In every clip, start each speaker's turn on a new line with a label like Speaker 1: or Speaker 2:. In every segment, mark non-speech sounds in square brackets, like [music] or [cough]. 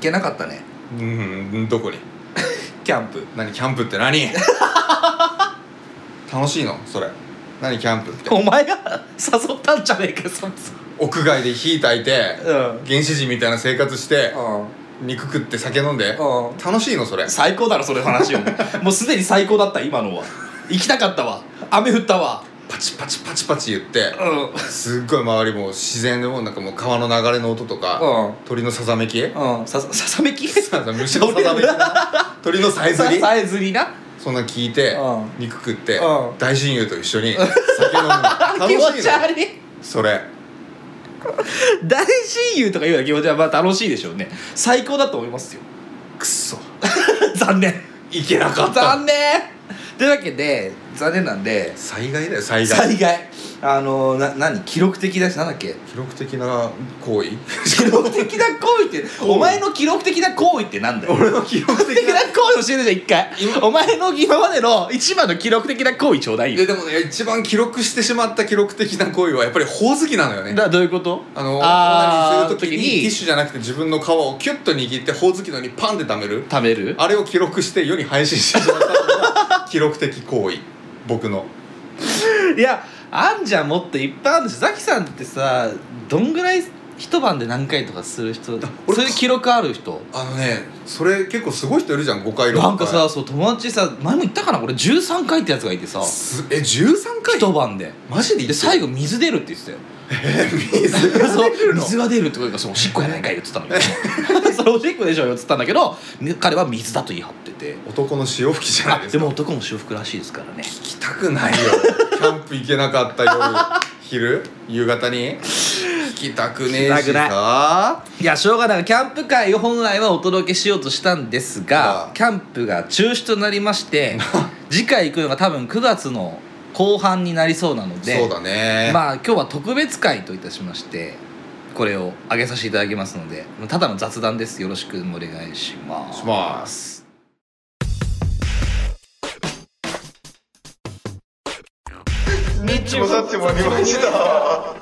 Speaker 1: けなかったね
Speaker 2: うんどこに
Speaker 1: キャンプ
Speaker 2: 何キャンプっ
Speaker 1: [laughs]
Speaker 2: て何楽しいのそれ何キャンプって
Speaker 1: お前が [laughs] 誘ったんじゃねえかそいつ
Speaker 2: 屋外で火焚いて
Speaker 1: うん
Speaker 2: 原始人みたいな生活して
Speaker 1: うん
Speaker 2: 肉食って酒飲んで
Speaker 1: うん
Speaker 2: 楽しいのそれ
Speaker 1: 最高だろそれ話を [laughs] もうすでに最高だった今のは行きたかったわ雨降ったわ
Speaker 2: パチパチパチパチ言って
Speaker 1: うん
Speaker 2: すっごい周りも自然でもなんかもう川の流れの音とか
Speaker 1: う
Speaker 2: 鳥のさざめき [laughs]
Speaker 1: んうんさささめき
Speaker 2: さ虫のさざめきな鳥のさえずり
Speaker 1: さえずりな
Speaker 2: そんなん聞いて
Speaker 1: うん
Speaker 2: 肉食って
Speaker 1: うん
Speaker 2: 大親友と一
Speaker 1: [laughs]
Speaker 2: 緒に酒飲むの楽し
Speaker 1: 気
Speaker 2: い
Speaker 1: 持ち
Speaker 2: の
Speaker 1: 悪い
Speaker 2: それ
Speaker 1: 大親友とかいうような気持ちはまあ楽しいでしょうね最高だと思いますよ
Speaker 2: くっそ
Speaker 1: [laughs] 残念
Speaker 2: いけなかった
Speaker 1: 残念というわけで残念なんで
Speaker 2: 災害だよ災害
Speaker 1: 災害あのな何記録的だしなんだっけ
Speaker 2: 記録的な行為 [laughs]
Speaker 1: 記録的な行為って [laughs] お前の記録的な行為ってなんだよ
Speaker 2: 俺の記録
Speaker 1: 記録的 [laughs] な行為教えてじゃん一回お前の今までの一番の記録的な行為ちょうだい
Speaker 2: い
Speaker 1: よ
Speaker 2: やでもね一番記録してしまった記録的な行為はやっぱりほおずきなのよね
Speaker 1: だどういうこと
Speaker 2: あの
Speaker 1: あー
Speaker 2: オナニーする時に
Speaker 1: 時に
Speaker 2: ティッシュじゃなくて自分の皮をキュッと握ってほおずきのようにパンで貯める
Speaker 1: 貯める
Speaker 2: あれを記録して世に配信してしまったのが記録的行為僕の
Speaker 1: いやあんじゃんもっといっぱいあるしザキさんってさどんぐらい一晩で何回とかする [laughs] 人
Speaker 2: 俺
Speaker 1: そういう記録ある人
Speaker 2: あのねそれ結構すごい人いるじゃん5回6回
Speaker 1: なんかさそう友達さ前も言ったかな俺13回ってやつがいてさ
Speaker 2: すえ13回
Speaker 1: 一晩で
Speaker 2: マジで
Speaker 1: で最後水出るって言ってたよ
Speaker 2: え水 [laughs] が出るの
Speaker 1: [laughs] そう水が出るってことがそうおしっこやないかいよっつったのよそれおしっこでしょよっつったんだけど彼は水だと言い張ってて
Speaker 2: 男の潮吹きじゃな
Speaker 1: あ
Speaker 2: いです
Speaker 1: で
Speaker 2: か
Speaker 1: も男も修復らしいですからね
Speaker 2: 聞きたくないよ [laughs] キャンプ行けな
Speaker 1: [laughs]
Speaker 2: かった夜昼夕方に聞きたくねえ
Speaker 1: 聞きたく
Speaker 2: し
Speaker 1: ない
Speaker 2: さ
Speaker 1: いやしょうがないキャンプ会を本来はお届けしようとしたんですが
Speaker 2: ああ
Speaker 1: キャンプが中止となりまして [laughs] 次回行くのが多分9月の後半になりそうなので
Speaker 2: そうだね、
Speaker 1: まあ今日は特別会といたしましてこれを上げさせていただきますのでただの雑談ですよろしくお願いします
Speaker 2: します
Speaker 3: ニッチもサッチもありました。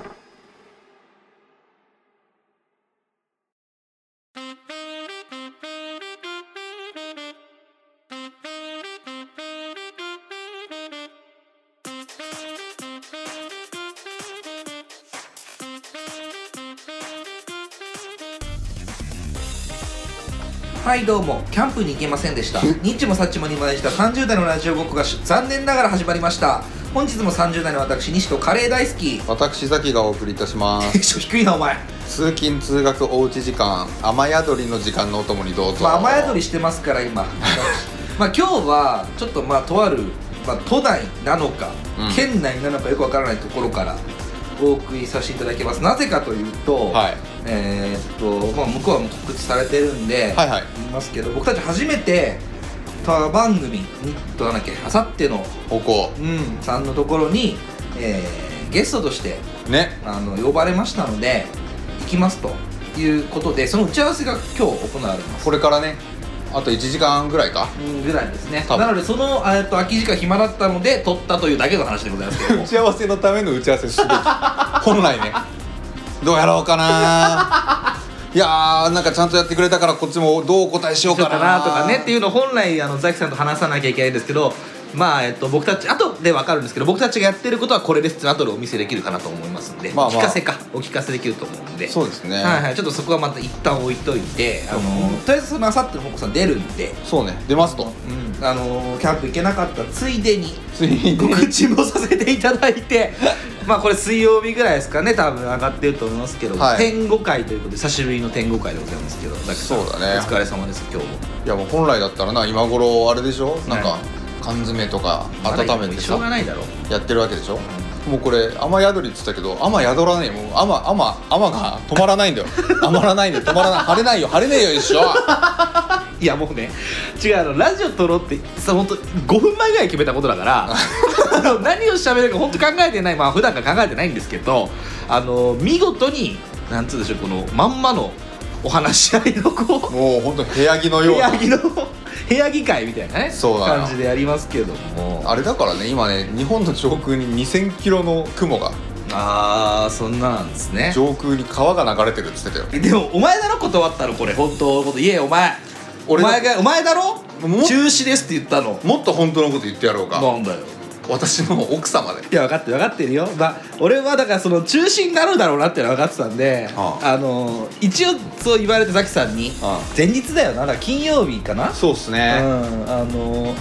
Speaker 1: はいどうもキャンプに行けませんで
Speaker 2: [laughs]
Speaker 1: したニッチもサッチもにまでした30代のラジオ僕がし残念ながら始まりました本日も30代の私西とカレー大好き
Speaker 2: 私ザキがお送りいたします
Speaker 1: テンション低いなお前
Speaker 2: 通勤通学おうち時間雨宿りの時間のお供にどうぞ、
Speaker 1: まあ、雨宿りしてますから
Speaker 2: [laughs]
Speaker 1: 今まあ今日はちょっとまあとある、まあ、都内なのか、
Speaker 2: うん
Speaker 1: 県内なのかよくわからないところからお送りさせていただきますなぜかというと、
Speaker 2: はい
Speaker 1: えーっと、まあ、向こうはもう告知されてるんで、
Speaker 2: はいはい
Speaker 1: 言いますけど僕たち初めて他番組にとなんだっけあさっての
Speaker 2: 歩行
Speaker 1: うんさんのところに、えーゲストとして
Speaker 2: ね
Speaker 1: あの呼ばれましたので行きますということでその打ち合わせが今日行われます
Speaker 2: これからねあと1時間ぐらい
Speaker 1: [laughs]
Speaker 2: か
Speaker 1: うんぐらいですね
Speaker 2: 多分
Speaker 1: なのでそのえっと空き時間暇だったので撮ったというだけの話でございますけど
Speaker 2: 打ち合わせのための打ち合わせすべき本来ねどうやろう
Speaker 1: [laughs]
Speaker 2: かないやーなんかちゃんとやってくれたからこっちもどうお答えしよう
Speaker 1: そう
Speaker 2: か
Speaker 1: か
Speaker 2: な
Speaker 1: なとかねっていうのを本来あのザキさんと話さなきゃいけないんですけどまあえっと僕たち後で分かるんですけど僕たちがやってることはこれですって後でお見せできるかなと思いますんで、
Speaker 2: まあまあ
Speaker 1: お聞かせかお聞かせできると思うんで
Speaker 2: そうですね、
Speaker 1: はいはいちょっとそこはまた一旦置いといてあのとりあえずそのあさっての方向さん出るんで、
Speaker 2: そうね出ますと
Speaker 1: うん、あのキャンプ行けなかったついでに
Speaker 2: ついに
Speaker 1: 告知もさせていただいて
Speaker 2: [laughs]
Speaker 1: まあこれ水曜日ぐらいですかね多分上がってると思いますけど、
Speaker 2: はい
Speaker 1: 天狗会ということで久しぶりの天狗会でございますけどだ
Speaker 2: そうだね
Speaker 1: お疲れ様です今日も
Speaker 2: いやもう本来だったらな今頃あれでしょなんか
Speaker 1: ね
Speaker 2: 缶詰とか
Speaker 1: ま
Speaker 2: 温
Speaker 1: だ
Speaker 2: め
Speaker 1: もう
Speaker 2: て
Speaker 1: しょうが
Speaker 2: さ
Speaker 1: ないだろう
Speaker 2: やってるわけでしょもうこれ雨宿りって言ってたけど雨宿らねえもう雨雨雨が止まらない
Speaker 1: [laughs]
Speaker 2: んだよ雨らないんだよ止まらない晴れないよ晴れねえよ一緒
Speaker 1: いやもうね違うあのラジオ撮ろうってさ本当5分前ぐらい決めたことだから
Speaker 2: [laughs]
Speaker 1: あの何を喋るか本当考えてないまあ普段から考えてないんですけどあの見事になんつうでしょうこのまんまのお話し合いのこう
Speaker 2: もうほんと部屋着 [laughs] のよう
Speaker 1: 部
Speaker 2: な
Speaker 1: 屋着の部屋着会みたいなね
Speaker 2: そうだな
Speaker 1: 感じでやりますけども
Speaker 2: あれだからね今ね日本の上空に2000キロの雲が
Speaker 1: ああそんななんですね
Speaker 2: 上空に川が流れてるっつってたよ
Speaker 1: でもお前だろ断ったのこれ本当のこと言えよお前お
Speaker 2: 俺だ
Speaker 1: 前がお前だろ
Speaker 2: も
Speaker 1: 中止ですって言ったの
Speaker 2: もっと本当のこと言ってやろうか
Speaker 1: なんだよ
Speaker 2: 私の奥様で
Speaker 1: いや分かってる分かってるよ、まあ、俺はだからその中心になるだろうなっていうのは分かってたんで、
Speaker 2: あ
Speaker 1: あの一応そう言われてザキさんに、
Speaker 2: あ
Speaker 1: 前日だよなだから金曜日かな、
Speaker 2: そうっすね
Speaker 1: うん、あの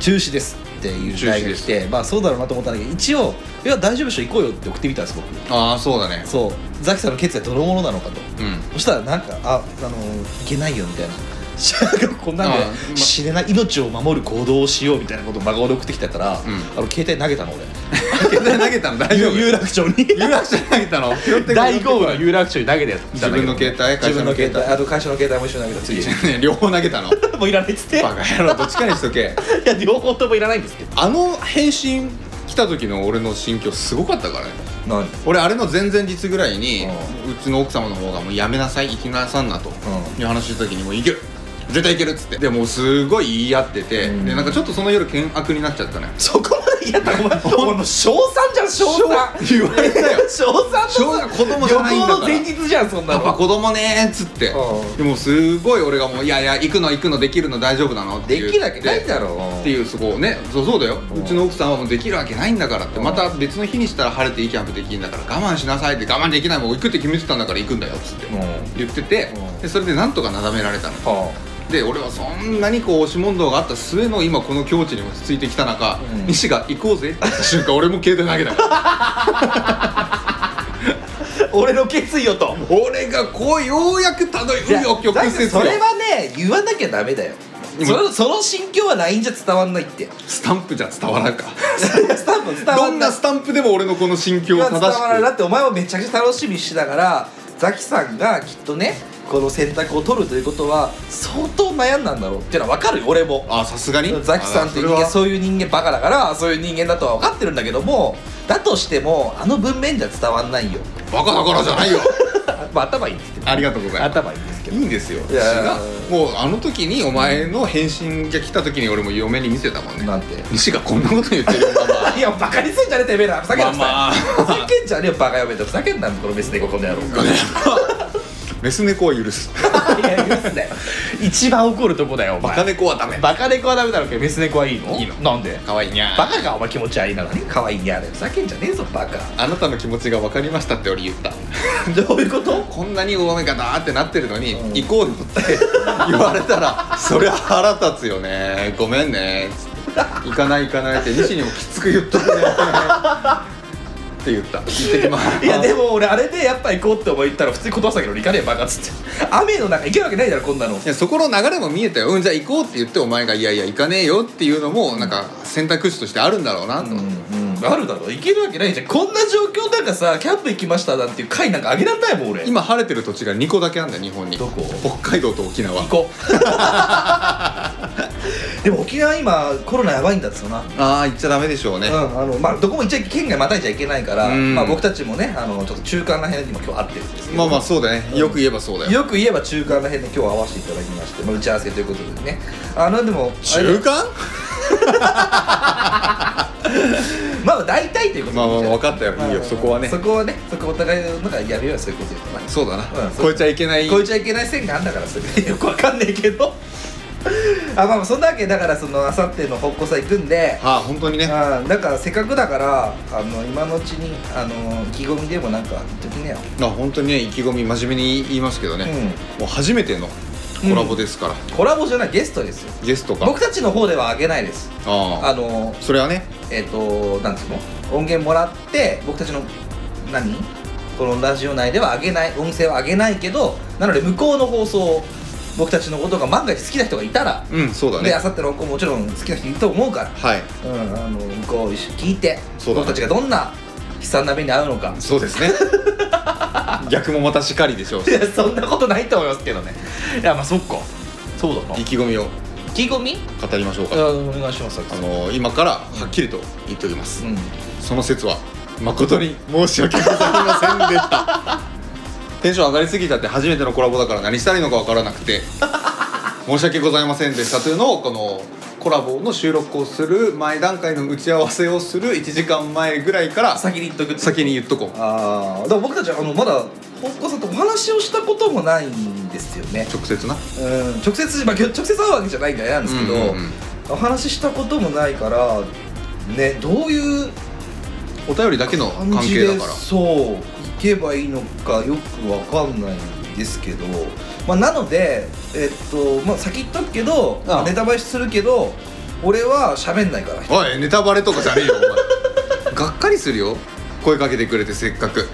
Speaker 1: 中止ですっていう
Speaker 2: 中
Speaker 1: ライン
Speaker 2: 止で
Speaker 1: が
Speaker 2: す
Speaker 1: 来てまあそうだろうなと思ったんだけど一応「いや大丈夫でしょ行こうよ」って送ってみたんです僕
Speaker 2: ああそうだね
Speaker 1: そうザキさんの決意は泥物なのかと
Speaker 2: うん
Speaker 1: そしたらなんか「ああのいけないよ」みたいな。 [laughs] なんかこんなん
Speaker 2: あま
Speaker 1: で知れない命を守る行動をしようみたいなことを真顔で送ってきたから、あの携帯投げたの俺
Speaker 2: 携帯投げたの大丈夫
Speaker 1: 有楽町に
Speaker 2: 有楽町に投げたの
Speaker 1: 大豪雨の有楽町に投げたやつ
Speaker 2: 自分の携帯
Speaker 1: 自
Speaker 2: 会社
Speaker 1: 分
Speaker 2: の
Speaker 1: の
Speaker 2: 携
Speaker 1: 携
Speaker 2: 帯
Speaker 1: 帯あと会社の携帯も一緒に投げた次
Speaker 2: ね両方投げたの
Speaker 1: もういらないっつって
Speaker 2: バカ野郎どっちかにしとけ
Speaker 1: いや両方ともいらないんですけど
Speaker 2: あの返信来た時の俺の心境すごかったからね
Speaker 1: 何
Speaker 2: 俺あれの前々日ぐらいに
Speaker 1: う
Speaker 2: うちの奥様の方が「もうやめなさい行きなさんな」という話した時に「もういける絶対いける」っつってでもうすごい言い合ってて
Speaker 1: うん
Speaker 2: でなんかちょっとその夜険悪になっちゃったね
Speaker 1: そこまで嫌だお前お前賞賛じゃん賞賛
Speaker 2: 言われたよ
Speaker 1: 賞賛
Speaker 2: 賞賛子供じゃないんだから
Speaker 1: 旅行の前日じゃんそんな
Speaker 2: パ
Speaker 1: の
Speaker 2: パ子供ねーっつって
Speaker 1: うん
Speaker 2: でもすごい俺がもう「いやいや行くの行くのできるの大丈夫なの」って
Speaker 1: で
Speaker 2: 言って
Speaker 1: きるわけないだろう
Speaker 2: っていうそこをねそうそうだよ
Speaker 1: うん
Speaker 2: うちの奥さんはもうできるわけないんだからって
Speaker 1: うん
Speaker 2: また別の日にしたら晴れていいキャンプできるんだから我慢しなさいって我慢できないもん行くって決めてたんだから行くんだよっつって
Speaker 1: うん
Speaker 2: 言ってて
Speaker 1: うん
Speaker 2: でそれでなんとかなだめられたの
Speaker 1: は
Speaker 2: で俺はそんなにこう押し問答があった末の今この境地に落ち着いてきた中
Speaker 1: うん
Speaker 2: 西が行こうぜって言った瞬間俺も携帯投げた
Speaker 1: [laughs]
Speaker 2: から
Speaker 1: あ俺の決意よと
Speaker 2: 俺がこうようやくたど
Speaker 1: い
Speaker 2: り
Speaker 1: や
Speaker 2: 紆余曲
Speaker 1: だって
Speaker 2: 折
Speaker 1: それ
Speaker 2: よ
Speaker 1: はね言わなきゃダメだよ
Speaker 2: うん
Speaker 1: そのその心境は LINE じゃ伝わんないって
Speaker 2: スタンプじゃ伝わらんか
Speaker 1: スタンプ伝わ
Speaker 2: ど
Speaker 1: ん
Speaker 2: ん
Speaker 1: ない
Speaker 2: なスタンプでも俺のこの心境を
Speaker 1: 今
Speaker 2: 正
Speaker 1: 伝
Speaker 2: し
Speaker 1: わらないだ
Speaker 2: く
Speaker 1: ってお前はめちゃくちゃ楽しみにしてたからザキさんがきっとねこの選択を取るということは相当悩んだんだろうっていうのは分かるよ俺も
Speaker 2: あさすがに
Speaker 1: ザキさんっていう人間
Speaker 2: あそ
Speaker 1: そういう人間バカだからそういう人間だとは分かってるんだけどもだとしてもあの文面じゃ伝わんないよ [laughs]
Speaker 2: れはバカだからじゃないよ
Speaker 1: まあ頭いいんですけど
Speaker 2: ありがとうございます
Speaker 1: 頭いいんですけ
Speaker 2: い
Speaker 1: ど
Speaker 2: いんですよ
Speaker 1: いや
Speaker 2: 違うもうあの時にお前の返信が来た時に俺も嫁に見せたもんね
Speaker 1: なんて
Speaker 2: 西がこんなこと言ってるよママ
Speaker 1: いやバカにすんじゃねえてめえらふざけんなさい、
Speaker 2: まあまあ
Speaker 1: ふざけんじゃねえよバカやめてふざけんなこのメス猫この野郎
Speaker 2: [laughs] メス猫は許す
Speaker 1: いや許すなよ一番怒るとこだよお前
Speaker 2: バカ猫はダメ
Speaker 1: バカ猫はダメだろうけどメス猫はいいの
Speaker 2: いいの
Speaker 1: なんで
Speaker 2: かわいいにゃ
Speaker 1: バカかお前気持ちはいいな何可愛いやでふざけんじゃねえぞバカ [laughs]
Speaker 2: あなたの気持ちが分かりましたって俺言った
Speaker 1: どういうこと
Speaker 2: こんなに大雨がダーってなってるのに、
Speaker 1: うん
Speaker 2: 行こうよって [laughs] 言われたらそりゃ腹立つよねごめんねつって行かない行かないって西にもきつく言っとくねって言った行ってきます
Speaker 1: いやでも俺あれでやっぱ行こうって思い言ったら普通に断ってたけど行かねえバカっつって雨の中行けるわけないだろこんなの
Speaker 2: いやそこの流れも見えたよ、うん、じゃあ行こうって言ってお前が「いやいや行かねえよ」っていうのもなんか選択肢としてあるんだろうなと
Speaker 1: う
Speaker 2: 思って、
Speaker 1: んうんあるだろ行けるわけないじゃんこんな状況なんかさキャンプ行きましたなんていう回なんかあげらんないもん俺
Speaker 2: 今晴れてる土地が2個だけあんだよ日本に
Speaker 1: どこ
Speaker 2: 北海道と沖縄
Speaker 1: 行こう [laughs] でも沖縄今コロナやばいんだっすよな
Speaker 2: ああ行っちゃダメでしょうね、
Speaker 1: うんあのまあ、どこも一応県外またいちゃいけないから、
Speaker 2: うん
Speaker 1: まあ、僕たちもねあのちょっと中間ら辺にも今日会ってるんですけど
Speaker 2: まあまあそうだね、
Speaker 1: うん
Speaker 2: よく言えばそうだよ
Speaker 1: よく言えば中間ら辺で今日会わせていただきまして、まあ、打ち合わせということでねあのでもあれ
Speaker 2: 中間
Speaker 1: まあ大体ということで
Speaker 2: まあまあ分かったよ
Speaker 1: まあ
Speaker 2: いいよそこはね
Speaker 1: そこはねそこお互いのなんかやめようよそういうこと言うとまあ
Speaker 2: そうだな、
Speaker 1: うんそう
Speaker 2: 超えちゃいけない
Speaker 1: 超えちゃいけない線があんだからそれよくわかんねえけど [laughs] あまあまあそんなわけでだからそのあさっての方向祭行くんで
Speaker 2: ああ本当にね
Speaker 1: あーなんかせっかくだからあの今のうちにあの意気込みでもなんか言っときなよ
Speaker 2: あ本当にね意気込み真面目に言いますけどね、もう初めてのコラボですから、
Speaker 1: コラボじゃないゲストですよ
Speaker 2: ゲストか
Speaker 1: 僕たちの方ではあげないですあ
Speaker 2: ああ
Speaker 1: の
Speaker 2: それはね
Speaker 1: えっ、となんつうの音源もらって僕たちの何このラジオ内ではあげない音声はあげないけどなので向こうの放送僕たちのことが万が一好きな人がいたら、
Speaker 2: うんそうだ
Speaker 1: で
Speaker 2: ね
Speaker 1: あさっての子ももちろん好きな人いると思うから、
Speaker 2: はい
Speaker 1: うん、あの向こう一緒に聞いて、
Speaker 2: そうだね
Speaker 1: 僕たちがどんな悲惨な目に遭うのか
Speaker 2: そうですね [laughs] 逆もまたしかりでしょう
Speaker 1: い
Speaker 2: し
Speaker 1: や [laughs] そんなことないと思いますけどねいやまあそっかそうだな
Speaker 2: 意気込みを
Speaker 1: 意気込み
Speaker 2: 語りましょう
Speaker 1: あ
Speaker 2: か
Speaker 1: お願いします
Speaker 2: あの今からはっきりと言っておきます、
Speaker 1: うん
Speaker 2: その説は誠に申し訳ございませんでしたテンション上がりすぎちゃって初め
Speaker 1: [laughs]
Speaker 2: てのコラボだから何したらいいのかわからなくて申し訳ございませんでしたというのをこのコラボの収録をする前段階の打ち合わせをする1時間前ぐらいから
Speaker 1: 先に言っとく
Speaker 2: 先に言っとこう
Speaker 1: ああだから僕たちはあのまだほっこさんとお話をしたこともないんですよね
Speaker 2: 直接な
Speaker 1: うん直接、まあ、きょ直接会うわけじゃないんであれなんですけど、
Speaker 2: うんうんうん
Speaker 1: お話ししたこともないからねどういう
Speaker 2: お便りだけの関
Speaker 1: 感じ
Speaker 2: 係
Speaker 1: で
Speaker 2: だから
Speaker 1: そう行けばいいのかよくわかんないんですけど、まあ、なので、えっとまあ、先言っとくけど
Speaker 2: ああ
Speaker 1: ネタバレするけど俺は喋んないから
Speaker 2: おいネタバレとかじゃねえよお前がっかりするよ声かけてくれてせっかく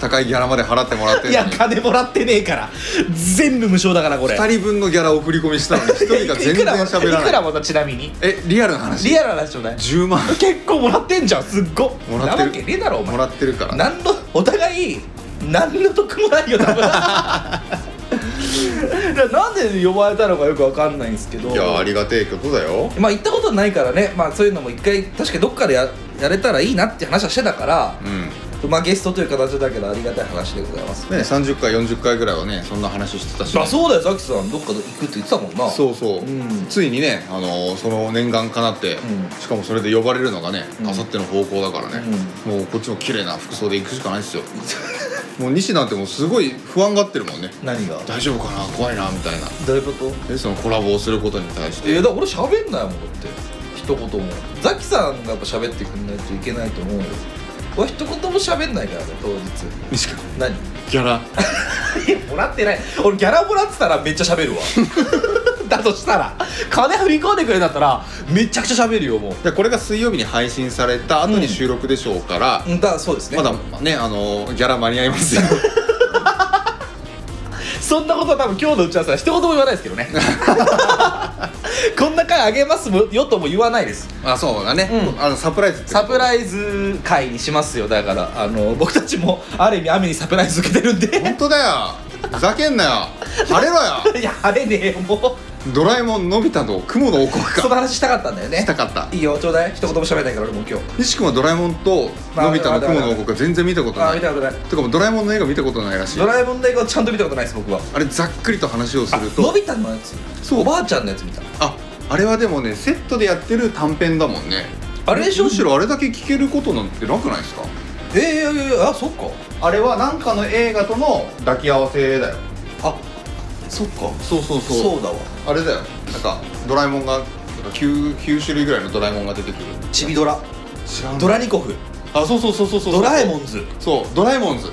Speaker 2: 高いギャラまで払ってもらって
Speaker 4: い
Speaker 2: るの
Speaker 4: や
Speaker 2: に
Speaker 4: 金もらってねえから全部無償だからこれ
Speaker 2: 2人分のギャラを振り込みしたのに1人が全然喋ら
Speaker 4: いく
Speaker 2: な
Speaker 4: ら
Speaker 2: い
Speaker 4: またちなみに
Speaker 2: えリアルな話
Speaker 4: リアルな話ちょうだい
Speaker 2: 10万
Speaker 4: 結構もらってんじゃんすっご
Speaker 2: も
Speaker 1: な
Speaker 2: ら
Speaker 1: わ
Speaker 2: って
Speaker 1: け
Speaker 2: る
Speaker 1: ねえだろお前
Speaker 2: もらってるから
Speaker 1: 何のお互い何の得もないよ
Speaker 2: [laughs]
Speaker 1: 多分だからなんで呼ばれたのかよくわかんないんですけど
Speaker 2: いやありがてえことだよ
Speaker 1: まあ行ったことないからね、まあ、そういうのも一回確かどっかでややれたらいいなって話はしてたから
Speaker 2: う、ん
Speaker 1: まあ、ゲストという形だけどありがたい話でございます
Speaker 2: ね30回40回ぐらいはねそんな話してたし、
Speaker 1: あそうだよザキさんどっか行くって言ってたもんな
Speaker 2: そうそう、
Speaker 1: うん
Speaker 2: ついにね、あのーその念願かなって、
Speaker 1: うん
Speaker 2: しかもそれで呼ばれるのがね
Speaker 1: うん
Speaker 2: あさっての方向だからね、もうこっちも綺麗な服装で行くしかないですよ [laughs] もう西なんてもうすごい不安がってるもんね
Speaker 1: 何が
Speaker 2: 大丈夫かな怖いなみたいな
Speaker 1: どういうこと
Speaker 2: でそのコラボをすることに対し
Speaker 1: え
Speaker 2: て
Speaker 1: ー、だから俺喋んないもんだって一言もザキさんがやっぱ喋ってくんないといけないと思うよ俺一言も喋んないからね当日
Speaker 2: 西君
Speaker 1: 何
Speaker 2: ギャラ
Speaker 4: いや [laughs] もらってない
Speaker 1: 俺ギャラもらってたらめっちゃ喋るわ
Speaker 4: [laughs] だとしたら金振り込んでくれんだったらめちゃくちゃ喋るよもう
Speaker 2: でこれが水曜日に配信された後に収録でしょうから、
Speaker 1: うんだそうですね
Speaker 2: まだねあのーギャラ間に合いますよ
Speaker 4: そんなことは多分今日の打ち合わせは一言も言わないですけど
Speaker 1: [laughs]
Speaker 4: ねこんな回あげますよとも言わないです
Speaker 2: あそうだね、あのサプライズって
Speaker 4: サプ
Speaker 2: イ
Speaker 4: ライズ会にしますよだからあの僕たちもある意味雨にサプライズ受けてるんで
Speaker 2: 本当だよふざけんなよ晴れろよ
Speaker 1: [laughs]
Speaker 4: いや晴れねえよもう
Speaker 2: ドラえもんのび太と雲の王国
Speaker 1: その
Speaker 2: か
Speaker 1: 話したかったんだよね
Speaker 2: したかった
Speaker 1: いいよちょうだい一言も喋んないから俺もう今日
Speaker 2: 西君はドラえもんとのび太の雲の王国は全然見たこと
Speaker 1: あ
Speaker 2: な
Speaker 1: ー
Speaker 2: い
Speaker 1: 見たことない
Speaker 2: てかもうドラえもんの映画見たことないらしい
Speaker 1: ドラえもんの映画をちゃんと見たことないです僕は
Speaker 2: あれざっくりと話をする
Speaker 1: の
Speaker 2: と
Speaker 1: び太のやつ
Speaker 2: そう
Speaker 1: おばあちゃんのやつ見た
Speaker 2: ああれはでもねセットでやってる短編だもんね
Speaker 1: あれでしょ
Speaker 2: むしろあれだけ聞けることなんてなくないですか
Speaker 1: ええー、あそっか
Speaker 2: あれはなんかの映画との抱き合わせだよ
Speaker 1: あそっか
Speaker 2: そうそうそう
Speaker 1: そうだわ
Speaker 2: あれだよなんかドラえもんがなんか 9, 9種類ぐらいのドラえもんが出てくる
Speaker 1: ちびドラ
Speaker 2: 知らん
Speaker 1: ドラニコフ
Speaker 2: あそうそうそうそうそう
Speaker 1: ドラえもんズ
Speaker 2: そうドラえもんズ、
Speaker 1: う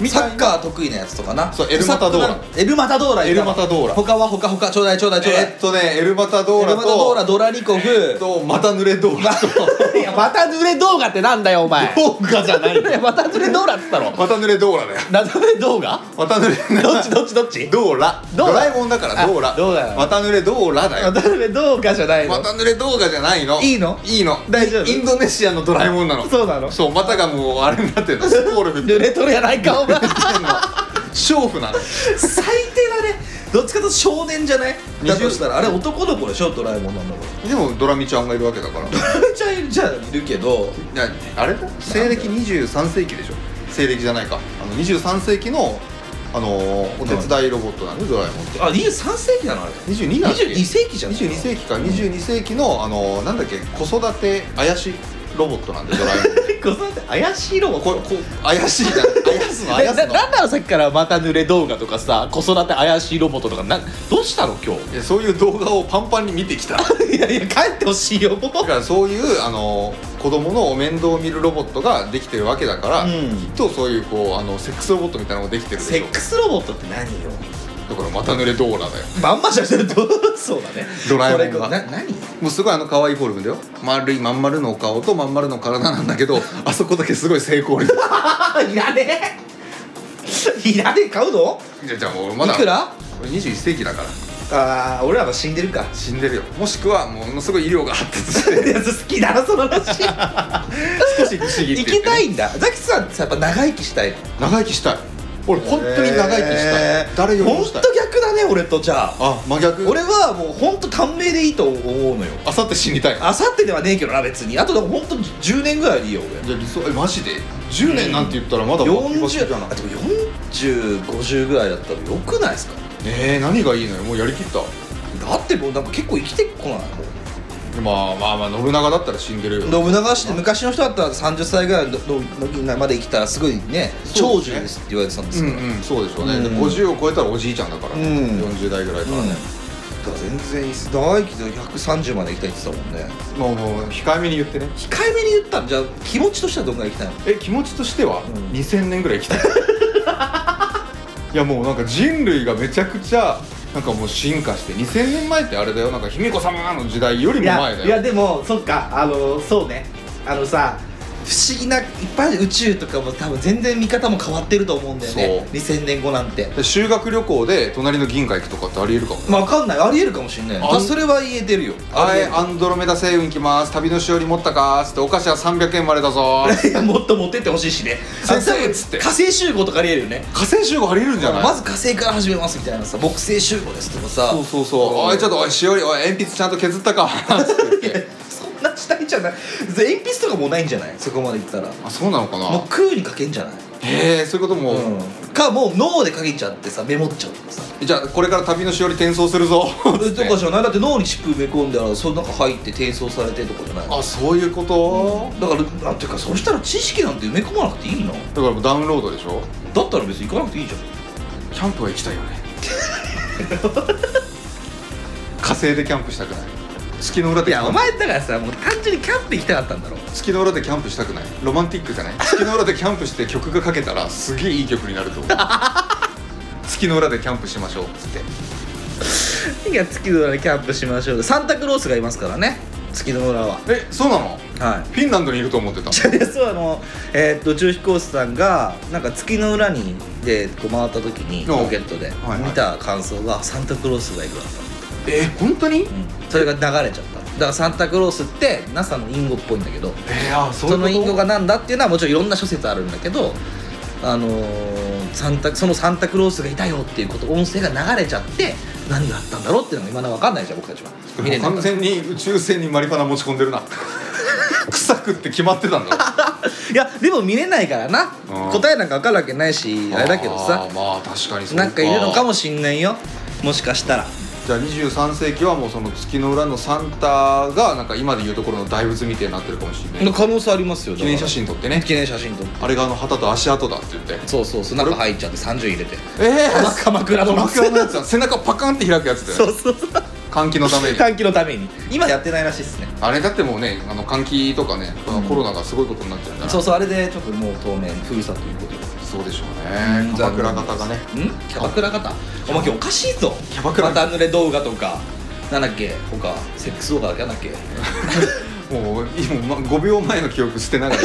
Speaker 2: み
Speaker 1: んサ
Speaker 2: たいな
Speaker 1: ッカー得意なやつとかな
Speaker 2: そうエルマタドーラ
Speaker 1: サッカーエルマタドーラ
Speaker 2: エルマタドーラ
Speaker 1: 他は他他ちょうだいちょうだいちょうだい、
Speaker 2: えっとねエルマタド
Speaker 1: エ
Speaker 2: ーラ
Speaker 1: ルマタドーラ
Speaker 2: と
Speaker 1: ドラニコフ、
Speaker 2: とまた濡れドーラと
Speaker 4: [laughs] いやまた濡れ動画ってなんだよお前
Speaker 2: 動画じゃない
Speaker 4: [laughs] いやまた濡れ動画っつったろ
Speaker 2: また濡れドーラだよ
Speaker 4: なだめ動画
Speaker 2: また濡れ
Speaker 4: どっちどっちどっち
Speaker 2: ドーラ
Speaker 4: ドーラ
Speaker 2: ドラえもんだからドーラ
Speaker 4: あドーラ
Speaker 2: また濡れドーラだ
Speaker 4: ま
Speaker 2: よ
Speaker 4: た濡れ動画じゃないの、
Speaker 2: また濡れ動画じゃないの
Speaker 4: いいの
Speaker 2: いいの
Speaker 4: 大丈夫
Speaker 2: インドネシアのドラえもんなの
Speaker 4: そうなの
Speaker 2: そうまたがもうあれになってるのスポール振って
Speaker 4: 濡
Speaker 2: [laughs]
Speaker 4: れとるやないかお前
Speaker 2: んの娼婦なの
Speaker 1: 最低だねどっちかというと少年じゃない
Speaker 2: 20
Speaker 1: だとしたらあれ男の子でしょドラえもんなんだか
Speaker 2: でもドラミちゃんがいるわけだから
Speaker 1: らめちゃいるじゃんいるけど
Speaker 2: なあれだ西暦23世紀でしょ西暦じゃないかあの23世紀のあのーお手伝いロボットなんでドラえもんって
Speaker 1: あ23世紀なのあれ
Speaker 2: 22だっけ
Speaker 1: 22世紀じゃん
Speaker 2: 22世紀か22世紀のあのーなんだっけ子育て怪しいロボットなんでドラえもんって
Speaker 1: [laughs]
Speaker 4: 子育て怪しいロボ
Speaker 2: ここ怪しいじゃん怪すの
Speaker 4: な
Speaker 2: 怪
Speaker 4: な
Speaker 2: すの
Speaker 4: なんだろうさっきからまた濡れ動画とかさ子育て怪しいロボットとかなどうしたの今
Speaker 2: いやそういう動画をパンパンに見てきた [laughs] だ
Speaker 4: 日 [laughs] いやいや帰ってほしいよもう
Speaker 2: からそういうあのー子供のお面倒を見るロボットができてるわけだから、
Speaker 1: うん
Speaker 2: きっとそういうこうあのセックスロボットみたいなのができてるでしょ
Speaker 4: セックスロボットって何よ
Speaker 2: だからまた濡れドーラだよ
Speaker 4: まんまじゃんどうそうだね
Speaker 2: ドラえもんが
Speaker 1: これな何
Speaker 2: もうすごいあの可愛いフォルムだよ丸いまん丸のお顔とまん丸の体なんだけどあそこだけすごい成功率 [laughs]
Speaker 4: あ [laughs] いらね
Speaker 1: いらねえ買うの
Speaker 2: じゃあじゃあもうまだ
Speaker 1: いくら
Speaker 2: 俺21世紀だから
Speaker 1: ああ俺らが死んでるか
Speaker 2: 死んでるよもしくはものすごい医療が発達して
Speaker 4: えいや好きだなその話
Speaker 2: 少し不思議って
Speaker 1: 行
Speaker 2: 言
Speaker 1: き
Speaker 2: って
Speaker 1: た
Speaker 2: ね
Speaker 1: いんだザキさんってさやっぱ長生きしたいの
Speaker 2: 長生きしたい俺本当に長生きしたい、
Speaker 1: えー
Speaker 2: 誰よりもしたい
Speaker 1: ほんと逆だね俺とじゃあ
Speaker 2: あ真逆
Speaker 1: 俺はもうほんと短命でいいと思うのよ
Speaker 2: あさって死にたい
Speaker 1: あさってではねえけどな別にあとでもほんと10年ぐらいでいいよ俺
Speaker 2: じゃあ理想えマジで10年なんて言ったらまだバキバキじゃない
Speaker 1: 40あでも4050ぐらいだったらよくないですか
Speaker 2: えー、何がいいのよもうやりきった
Speaker 1: だってもうなんか結構生きてこないもう
Speaker 2: まあまあまあ信長だったら死んでるよ
Speaker 5: 信長氏って昔の人だったら30歳ぐらいののまで生きたらすごいね
Speaker 2: そう
Speaker 5: 長
Speaker 2: ですね
Speaker 5: 寿ですって言われてたんです
Speaker 2: う
Speaker 5: から、
Speaker 2: んうんそうでしょうね、
Speaker 5: うん
Speaker 2: で50を超えたらおじいちゃんだからね、
Speaker 5: うん
Speaker 2: 40代ぐらいから
Speaker 5: うん
Speaker 2: ね
Speaker 5: だ、から全然いいっす長生きで130まで行きたいって言ってたもんね
Speaker 2: まあもう控えめに言ってね
Speaker 5: 控えめに言ったらじゃあ気持ちとしてはどんぐらい行きたいの
Speaker 2: え気持ちとしては
Speaker 5: ん
Speaker 2: 2000年ぐらい生きたいいやもうなんか人類がめちゃくちゃなんかもう進化して2000年前ってあれだよなんか卑弥呼様の時代より
Speaker 1: い
Speaker 2: も前
Speaker 1: や
Speaker 2: だ
Speaker 1: いや
Speaker 2: よ
Speaker 1: でもそっかあのそうねあのさ
Speaker 5: 不思議ないっぱい宇宙とかも多分全然見方も変わってると思うんだよね
Speaker 2: そう
Speaker 5: 2000年後なんて
Speaker 2: で修学旅行で隣の銀河行くとかってありえるかも
Speaker 5: まあわかんないありえるかもしれない
Speaker 2: あん
Speaker 5: あそれは言えてるよ
Speaker 2: あ
Speaker 5: り
Speaker 2: れ
Speaker 5: える
Speaker 2: アンドロメダ星雲来ます旅のしおり持ったかーっつってお菓子は300円までだぞー
Speaker 5: [laughs] いやもっと持ってってほしいしね
Speaker 2: 先生
Speaker 5: あ多分
Speaker 2: っつって
Speaker 5: 火星集合とかありえるよね
Speaker 2: 火星集合ありえるんじゃない
Speaker 5: まず火星から始めますみたいなさ木星集合ですとかさ
Speaker 2: そうそうそう
Speaker 5: あの
Speaker 2: お
Speaker 5: [laughs]
Speaker 2: いちょっとおいしおりおい鉛筆ちゃんと削ったかーっつって言って
Speaker 5: そんな時代じゃない鉛筆とかもうないんじゃないそこまでいったらも
Speaker 2: あそうなのかな
Speaker 5: う空に書けんじゃない
Speaker 2: へえそういうことも、
Speaker 5: うんかもう脳で書けちゃってさメモっちゃうとかさ
Speaker 2: じゃあこれから旅のしおり転送するぞつって
Speaker 5: とかじゃないだって脳にチップ埋め込んだらその中入って転送されてとかじゃない
Speaker 2: あそういうこと、
Speaker 5: だからなんていうかそしたら知識なんて埋め込まなくていいの
Speaker 2: だからもうダウンロードでしょ
Speaker 5: だったら別に行かなくていいじゃん
Speaker 2: キャンプは行きたいよ
Speaker 1: [laughs]
Speaker 2: ね火星でキャンプしたくない月の裏で
Speaker 1: い
Speaker 2: キャン
Speaker 1: や
Speaker 2: プ
Speaker 1: お前だからさもう単純にキャンプ行きたかったんだろ
Speaker 2: 月の裏でキャンプしたくないロマンティッ
Speaker 1: [laughs]
Speaker 2: クじゃない月の裏でキャンプして曲がかけたらすげえいい曲になる
Speaker 1: [laughs]
Speaker 2: と思う月の裏でキャンプしましょうっつって
Speaker 1: いや月の裏でキャンプしましょうサンタクロースがいますからね月の裏は
Speaker 2: えそうなの
Speaker 1: はい
Speaker 2: フィンランドにいると思ってた
Speaker 1: じゃあそうあのえーっと宇宙飛行士さんがなんか月の裏にでこう回った時に
Speaker 2: おう
Speaker 1: ロケットで
Speaker 2: はいはい
Speaker 1: 見た感想がサンタクロースがいるだった、
Speaker 2: え本当に
Speaker 1: うん、それが流れちゃっただからサンタクロースって NASA の因果っぽいんだけど
Speaker 2: えー、あ
Speaker 1: そ
Speaker 2: そ
Speaker 1: う
Speaker 2: いうこ
Speaker 1: の
Speaker 2: と
Speaker 1: 因果がなんだっていうのはもちろんいろんな諸説あるんだけどあのーサンタそのサンタクロースがいたよっていうこと音声が流れちゃって何があったんだろうっていうのが今の分かんないじゃん僕たちは見れない
Speaker 2: 完全に宇宙船にマリファナ持ち込んでるな [laughs] 臭くって決まってたんだろ
Speaker 1: いやでも見れないからな
Speaker 2: うん
Speaker 1: 答えなんか分かるわけないしあれだけどさ
Speaker 2: あーまあ確かにそう
Speaker 1: なんかいるのかもしんないよもしかしたら
Speaker 2: じゃあ23世紀はもうその月の裏のサンタがなんか今でいうところの大仏みたいになってるかもしれない
Speaker 1: 可能性ありますよ
Speaker 2: 記念写真撮って
Speaker 1: ね
Speaker 2: ね
Speaker 1: 記念写真と
Speaker 2: あれがあの旗と足跡だって言って
Speaker 1: そうそうそう中入っちゃって30入れて
Speaker 2: ええ
Speaker 1: 鎌鎌倉の
Speaker 2: 鎌倉のやつだ背中パカンって開くやつだよ
Speaker 1: そうそうそう
Speaker 2: 換気のために
Speaker 1: 換気のために今やってないらしいっすね
Speaker 2: あれだってもうねあの換気とかね、コロナがすごいことになっちゃうから
Speaker 5: そうそうあれでちょっともう当面封鎖ということで
Speaker 2: そうでしょうね鎌倉方がね
Speaker 5: ん
Speaker 1: キャバクラ方お前今日おかしいぞ
Speaker 2: キャバクラ
Speaker 1: また濡れ動画とかなんだっけ他セックス動画だっけなんだっけ
Speaker 2: もう今5秒前の記憶捨
Speaker 1: [laughs]
Speaker 2: てながら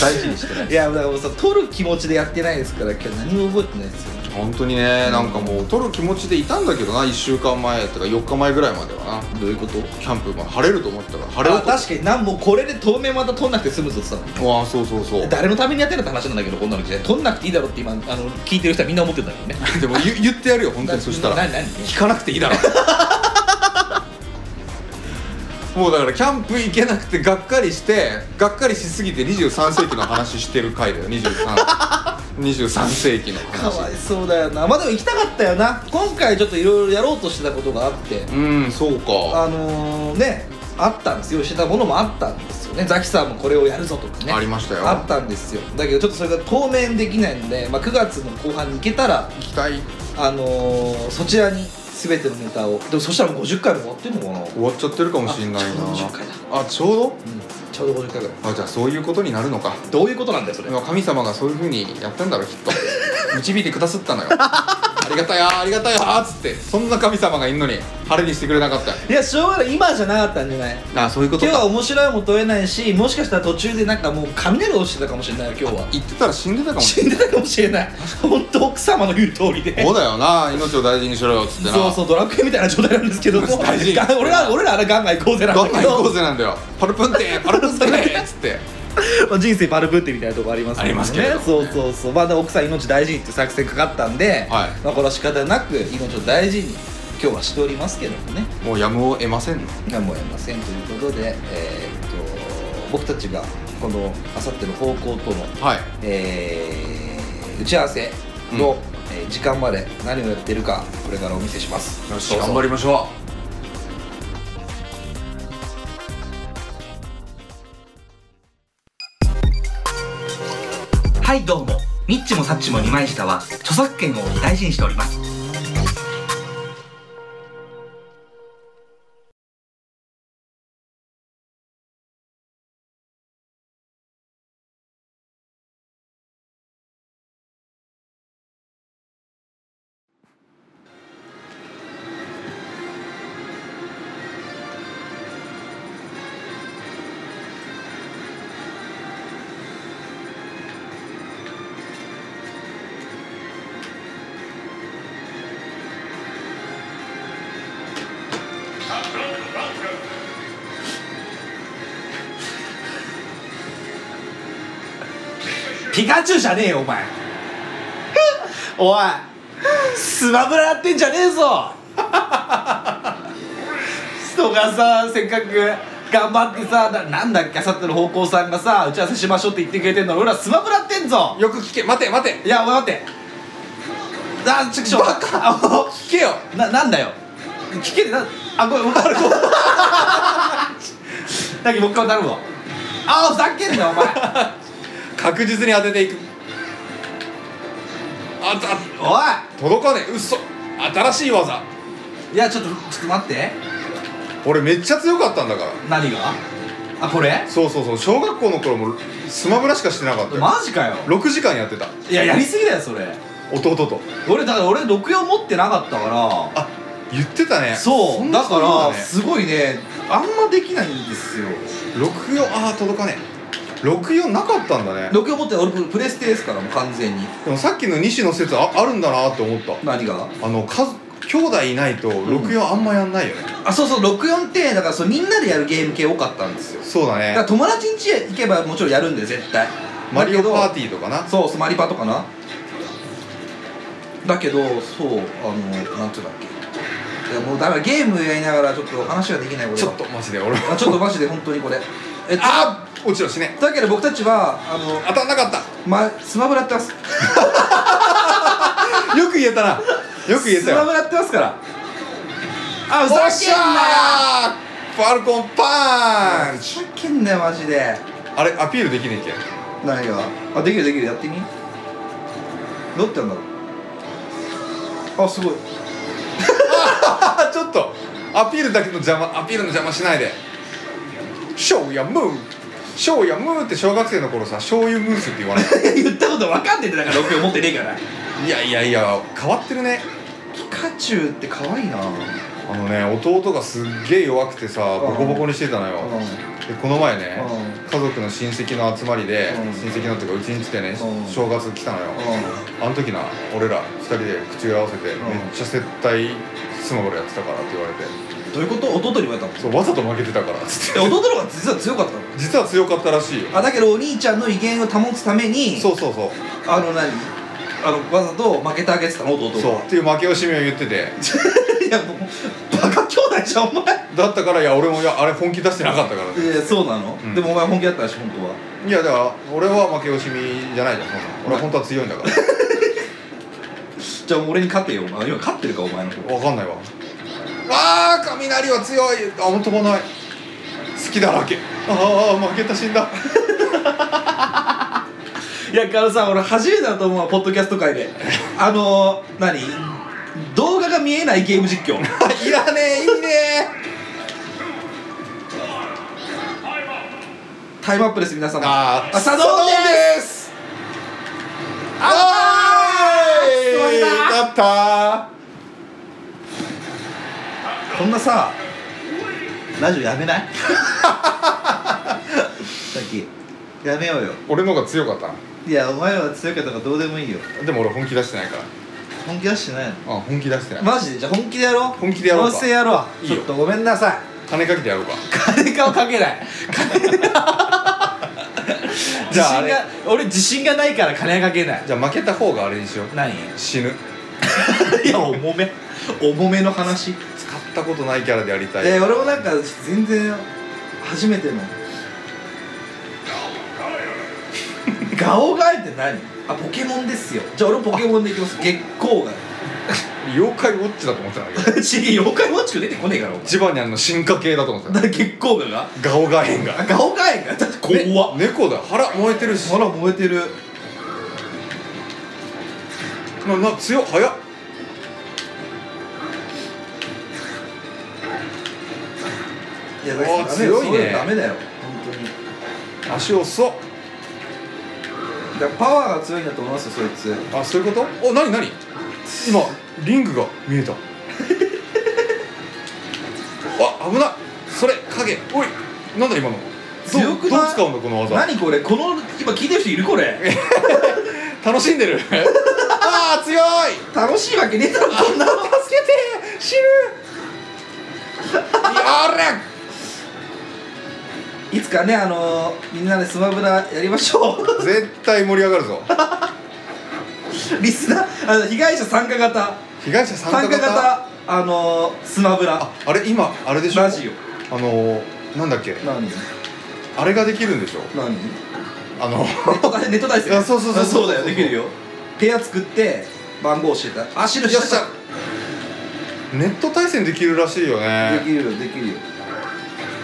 Speaker 2: 大事にしてね [laughs]
Speaker 1: いやだからもうさ撮る気持ちでやってないですから今日何も覚えてないですよ
Speaker 2: 本当にねなんかもう撮る気持ちでいたんだけどな1週間前とか4日前ぐらいまではな
Speaker 1: どういうこと
Speaker 2: キャンプまあ晴れると思ったから晴れ
Speaker 1: あ
Speaker 2: ようと
Speaker 1: 確かになんもうこれで当面また撮んなくて済むぞって言ってたの
Speaker 2: ああそうそうそう
Speaker 1: 誰のためにやってるって話なんだけどこんなの時代取んなくていいだろうって今あの聞いてる人はみんな思ってたよね
Speaker 2: でも言言ってやるよ本当にそしたら
Speaker 1: 何何
Speaker 2: 聞かなくてい
Speaker 1: [laughs]
Speaker 2: いだろもうだからキャンプ行けなくてがっかりしてがっかりしすぎて23世紀の話してる回だよ 23, 23世紀の
Speaker 1: かわ
Speaker 2: 話
Speaker 1: いそうだよなまあでも行きたかったよな今回ちょっといろいろやろうとしてたことがあって
Speaker 2: うんそうか
Speaker 1: あのー、ねあったんですよしてたものもあったんですよねザキさんもこれをやるぞとかね
Speaker 2: ありましたよ
Speaker 1: あったんですよだけどちょっとそれが当面できないので、まあ、9月の後半に行けたら
Speaker 2: 行きたい
Speaker 1: あのー、そちらに全てのネタをでもそしたらもう50回も終わってんのかな、うん、
Speaker 2: 終わっちゃってるかもしんないな
Speaker 1: あちょうど50回だ
Speaker 2: あちょうど
Speaker 1: ちょうど50回ぐらい
Speaker 2: あじゃあそういうことになるのか
Speaker 1: どういうことなんだよそれ
Speaker 2: 今神様がそういうふうにやったんだろうきっと [laughs] 導いてくださったのよありがたやーありがたやーっつってそんな神様がいんのに晴れにしてくれなかったよ
Speaker 1: いやしょうがない今じゃなかったんじゃない
Speaker 2: あそういうこ
Speaker 1: 今日は面白いも取れないしもしかしたら途中でなんかもう雷落ちてたかもしれないよ今日は
Speaker 2: 言ってたら死んでたかもし
Speaker 1: 死んでたかもしれない本当奥様の言う通り
Speaker 2: れ
Speaker 1: で
Speaker 2: ないそうだよな命を大事にしろよっつってな
Speaker 1: そうそうドラクエみたいな状態なんですけども
Speaker 2: 大事
Speaker 1: が俺ら俺らあれガンガン行こうぜなん
Speaker 2: ど
Speaker 1: だ
Speaker 2: んな
Speaker 1: け
Speaker 2: 行こう
Speaker 1: ど
Speaker 2: ぜなんだよパルプン
Speaker 1: [laughs]
Speaker 2: テーパルプンテーっつって
Speaker 1: まあ人生バルブってみたいなとこあります
Speaker 2: ありますけれどもね
Speaker 1: そうそうそうまあで奥さん命大事にっていう作戦かかったんで、
Speaker 2: はい
Speaker 1: まあこれは仕方なく命を大事に今日はしておりますけどもね
Speaker 2: もうやむを得ませんの
Speaker 1: やむを得ませんということでえーっと僕たちがこのあさっての方向との
Speaker 2: はい
Speaker 1: えー打ち合わせの、
Speaker 2: うん
Speaker 1: えー時間まで何をやってるかこれからお見せします
Speaker 2: よし
Speaker 1: どうぞ
Speaker 2: 頑張りましょう
Speaker 6: はいどうもニッチもサッチも二枚舌は著作権を大事にしております
Speaker 1: ピカチュウじゃねえよお前 [laughs] おいスマブラやってんじゃねえぞ [laughs] 人がさせっかく頑張ってさななんだっけあさっての方向さんがさ打ち合わせしましょうって言ってくれてんのに俺らスマブラやってんぞ
Speaker 2: よく聞け待て待て
Speaker 1: いやお前待ってあちくしょうバカ聞けよななんだよ聞けてなあごめん分かるごめんなぎもう一回頼むわあふざけんなお前
Speaker 2: 確実に当てていくあた
Speaker 1: おい
Speaker 2: 届かねえ嘘新しい技
Speaker 1: いやちょっとちょっと待って
Speaker 2: 俺めっちゃ強かったんだから
Speaker 1: 何があこれ
Speaker 2: そうそうそう小学校の頃もスマブラしかしてなかったよ
Speaker 1: マジかよ
Speaker 2: 6時間やってた
Speaker 1: いややりすぎだよそれ
Speaker 2: 弟と
Speaker 1: 俺だから俺64持ってなかったから
Speaker 2: あ言ってたね
Speaker 1: そうんだ
Speaker 2: な
Speaker 1: か
Speaker 2: 人いるん
Speaker 1: ら
Speaker 2: だね
Speaker 1: すごいねあんまできないんですよ
Speaker 2: 64あー届かねえ64なかったんだね
Speaker 5: 64持って俺プレステですからもう完全に
Speaker 2: でもさっきの西の説ああるんだなって思った
Speaker 5: 何が
Speaker 2: あの家族兄弟いないと64あんまやんないよね、
Speaker 5: あそうそう64ってだからそうみんなでやるゲーム系多かったんですよ
Speaker 2: そうだ
Speaker 5: だから
Speaker 2: ね
Speaker 5: 友達ん家へ行けばもちろんやるんで絶対
Speaker 2: マリオパー
Speaker 5: テ
Speaker 2: ティーとかな
Speaker 5: ィそうそうマリパとかなだけどそうあのなんていうんだっけいやもうだからゲームやりながらちょっと話ができない俺は
Speaker 2: ちょっとマジで俺
Speaker 5: あちょっとマジで本当にこれえ
Speaker 2: あー落ちろしね
Speaker 5: だけど僕たちはあの
Speaker 2: 当たんなかった
Speaker 5: ま、スマブラやってます
Speaker 2: よく言えたなよく言えた
Speaker 5: ス
Speaker 2: よ
Speaker 5: マブラやってますから
Speaker 1: あ
Speaker 2: おっしゃーファルコンパーン
Speaker 5: ふ
Speaker 2: チ
Speaker 5: ざけんなよマジで
Speaker 2: あれアピールできねえけん [laughs]
Speaker 5: 何があできるできるやってみどうやってやんだろうあすごい
Speaker 2: あちょっとアピールだけの邪魔アピールの邪魔しないで「ショーやムー」「ショーやムー」って小学生の頃さ「醤油ムース」って言わない
Speaker 1: [laughs] 言ったこと分かって
Speaker 5: [laughs]
Speaker 1: てだから64持ってねえから
Speaker 2: いやいやいや変わってるね
Speaker 5: ピカチュウって可愛いな
Speaker 2: あのね弟がすっげえ弱くてさボコボコにしてたのよ
Speaker 5: う
Speaker 2: でこの前ね
Speaker 5: う
Speaker 2: 家族の親戚の集まりで
Speaker 5: うん
Speaker 2: 親戚のっていうかうちに来てね
Speaker 5: うん
Speaker 2: 正月来たのよあの時な俺ら2人で口を合わせてめっ
Speaker 5: ん
Speaker 2: ちゃ接待スマブラやってたからって言われて
Speaker 5: んどういうこと弟に言われたの
Speaker 2: そうわざと負けてたからつって
Speaker 5: え弟の方が実は強かったの
Speaker 2: 実は強かったらしいよ
Speaker 5: あだけどお兄ちゃんの威厳を保つために
Speaker 2: そうそうそう
Speaker 5: あの何あのわざと負けてあげてたの弟が
Speaker 2: そうっていう負け惜しみを言ってて
Speaker 5: [laughs] いやもうバカ兄弟じゃんお前
Speaker 2: だったからいや俺もいやあれ本気出してなかったからね
Speaker 5: いやそうなの、
Speaker 2: うん
Speaker 5: でもお前本気だったらし本当はい
Speaker 2: やだから俺は負け惜しみじゃないじゃんそんなの俺は本当は強いんだから
Speaker 5: じゃあ俺に勝てよお前今勝ってるかお前の方
Speaker 2: わかんないわあー雷は強いあもう飛ばない好きだらけああ負けた死んだ
Speaker 1: いやカールさん俺初めてだと思うわポッドキャスト界であのー、何動画が見えないゲーム
Speaker 5: [laughs]
Speaker 1: 実況
Speaker 2: いらねえいいね
Speaker 5: タイムアップです皆様
Speaker 2: あー
Speaker 5: サドンです
Speaker 2: あ
Speaker 5: ー
Speaker 2: ーいだった
Speaker 5: こんなさラジオやめない [laughs] さっきやめようよ
Speaker 2: 俺の方が強かった
Speaker 5: いやお前は強いとかどうでもいいよ
Speaker 2: なでも俺本気出してないから
Speaker 5: 本気出してないの
Speaker 2: あ本気出してない、
Speaker 5: マジでじゃあ本気でやろう
Speaker 2: 本気でやろうか
Speaker 5: 本気でやろう
Speaker 2: いいよ
Speaker 5: ちょっとごめんなさい
Speaker 2: 金かけてやろうか
Speaker 1: 金かをかけ
Speaker 5: [laughs]
Speaker 1: ない
Speaker 2: じ
Speaker 1: じ
Speaker 2: ゃあ
Speaker 1: ゃ
Speaker 2: あ
Speaker 1: あ
Speaker 2: れ
Speaker 1: 俺自信がないから金はかけない
Speaker 2: じゃあ負けた方があれにしよう
Speaker 5: [laughs]
Speaker 1: 何
Speaker 2: 死ぬ
Speaker 1: いや重め
Speaker 5: 重めの
Speaker 2: 使
Speaker 5: 話
Speaker 2: ったことないキャラでやりたい、
Speaker 5: えー、俺もなんか全然初めて [laughs] のガオガエって何あポケモンですよじゃあ俺もポケモンでいきます月光
Speaker 2: 妖怪ウォッチだと思ってたんだけど
Speaker 5: がちげえ妖怪ウォッチく出てこねえからお前
Speaker 2: ジバニャンの進化系だと思ってた
Speaker 5: だ月光がが
Speaker 2: ガオガエンが
Speaker 5: あガオガエがだって怖っ
Speaker 2: 猫だ腹燃えてるし
Speaker 5: ほら燃えてる
Speaker 2: なな強っ早っ
Speaker 1: いや
Speaker 2: おー強い
Speaker 1: そうう
Speaker 2: ね
Speaker 1: のダメだよ本当に
Speaker 2: 足遅っ
Speaker 1: だからパワーが強いんだと思いますよそいつ
Speaker 2: あそういうことお何何今リングが見えた [laughs] あ危ないそれ影おいなんだ今のどう
Speaker 1: 強くない
Speaker 2: どう使うんだこの技
Speaker 1: 何これこの今聞いてる人いるこれ
Speaker 2: 楽し
Speaker 1: [laughs]
Speaker 2: んでるああ強い
Speaker 1: 楽しいわけねえだろこんなの
Speaker 2: 助けて死ぬやれ
Speaker 1: いつかねあのーみんなでスマブラやりましょう [laughs]
Speaker 2: 絶対盛り上がるぞ
Speaker 1: リスナーあの被害者参加型
Speaker 2: 被害者参加
Speaker 1: 参
Speaker 2: 型
Speaker 1: 加型あのースマブラ
Speaker 2: ああれ今あれでしょ
Speaker 1: ラジ
Speaker 2: あのー、なんだっけ
Speaker 1: オ何
Speaker 2: あれができるんでしょ
Speaker 1: 何ネ
Speaker 2: あの [laughs]
Speaker 1: ット対ネット対戦
Speaker 2: あそうそうそう
Speaker 1: あそうだよできるよペア作って番号教えたあ
Speaker 2: よ
Speaker 1: 白
Speaker 2: っしゃネット対戦できるらしいよ
Speaker 1: でき
Speaker 2: ね
Speaker 1: るよできるよ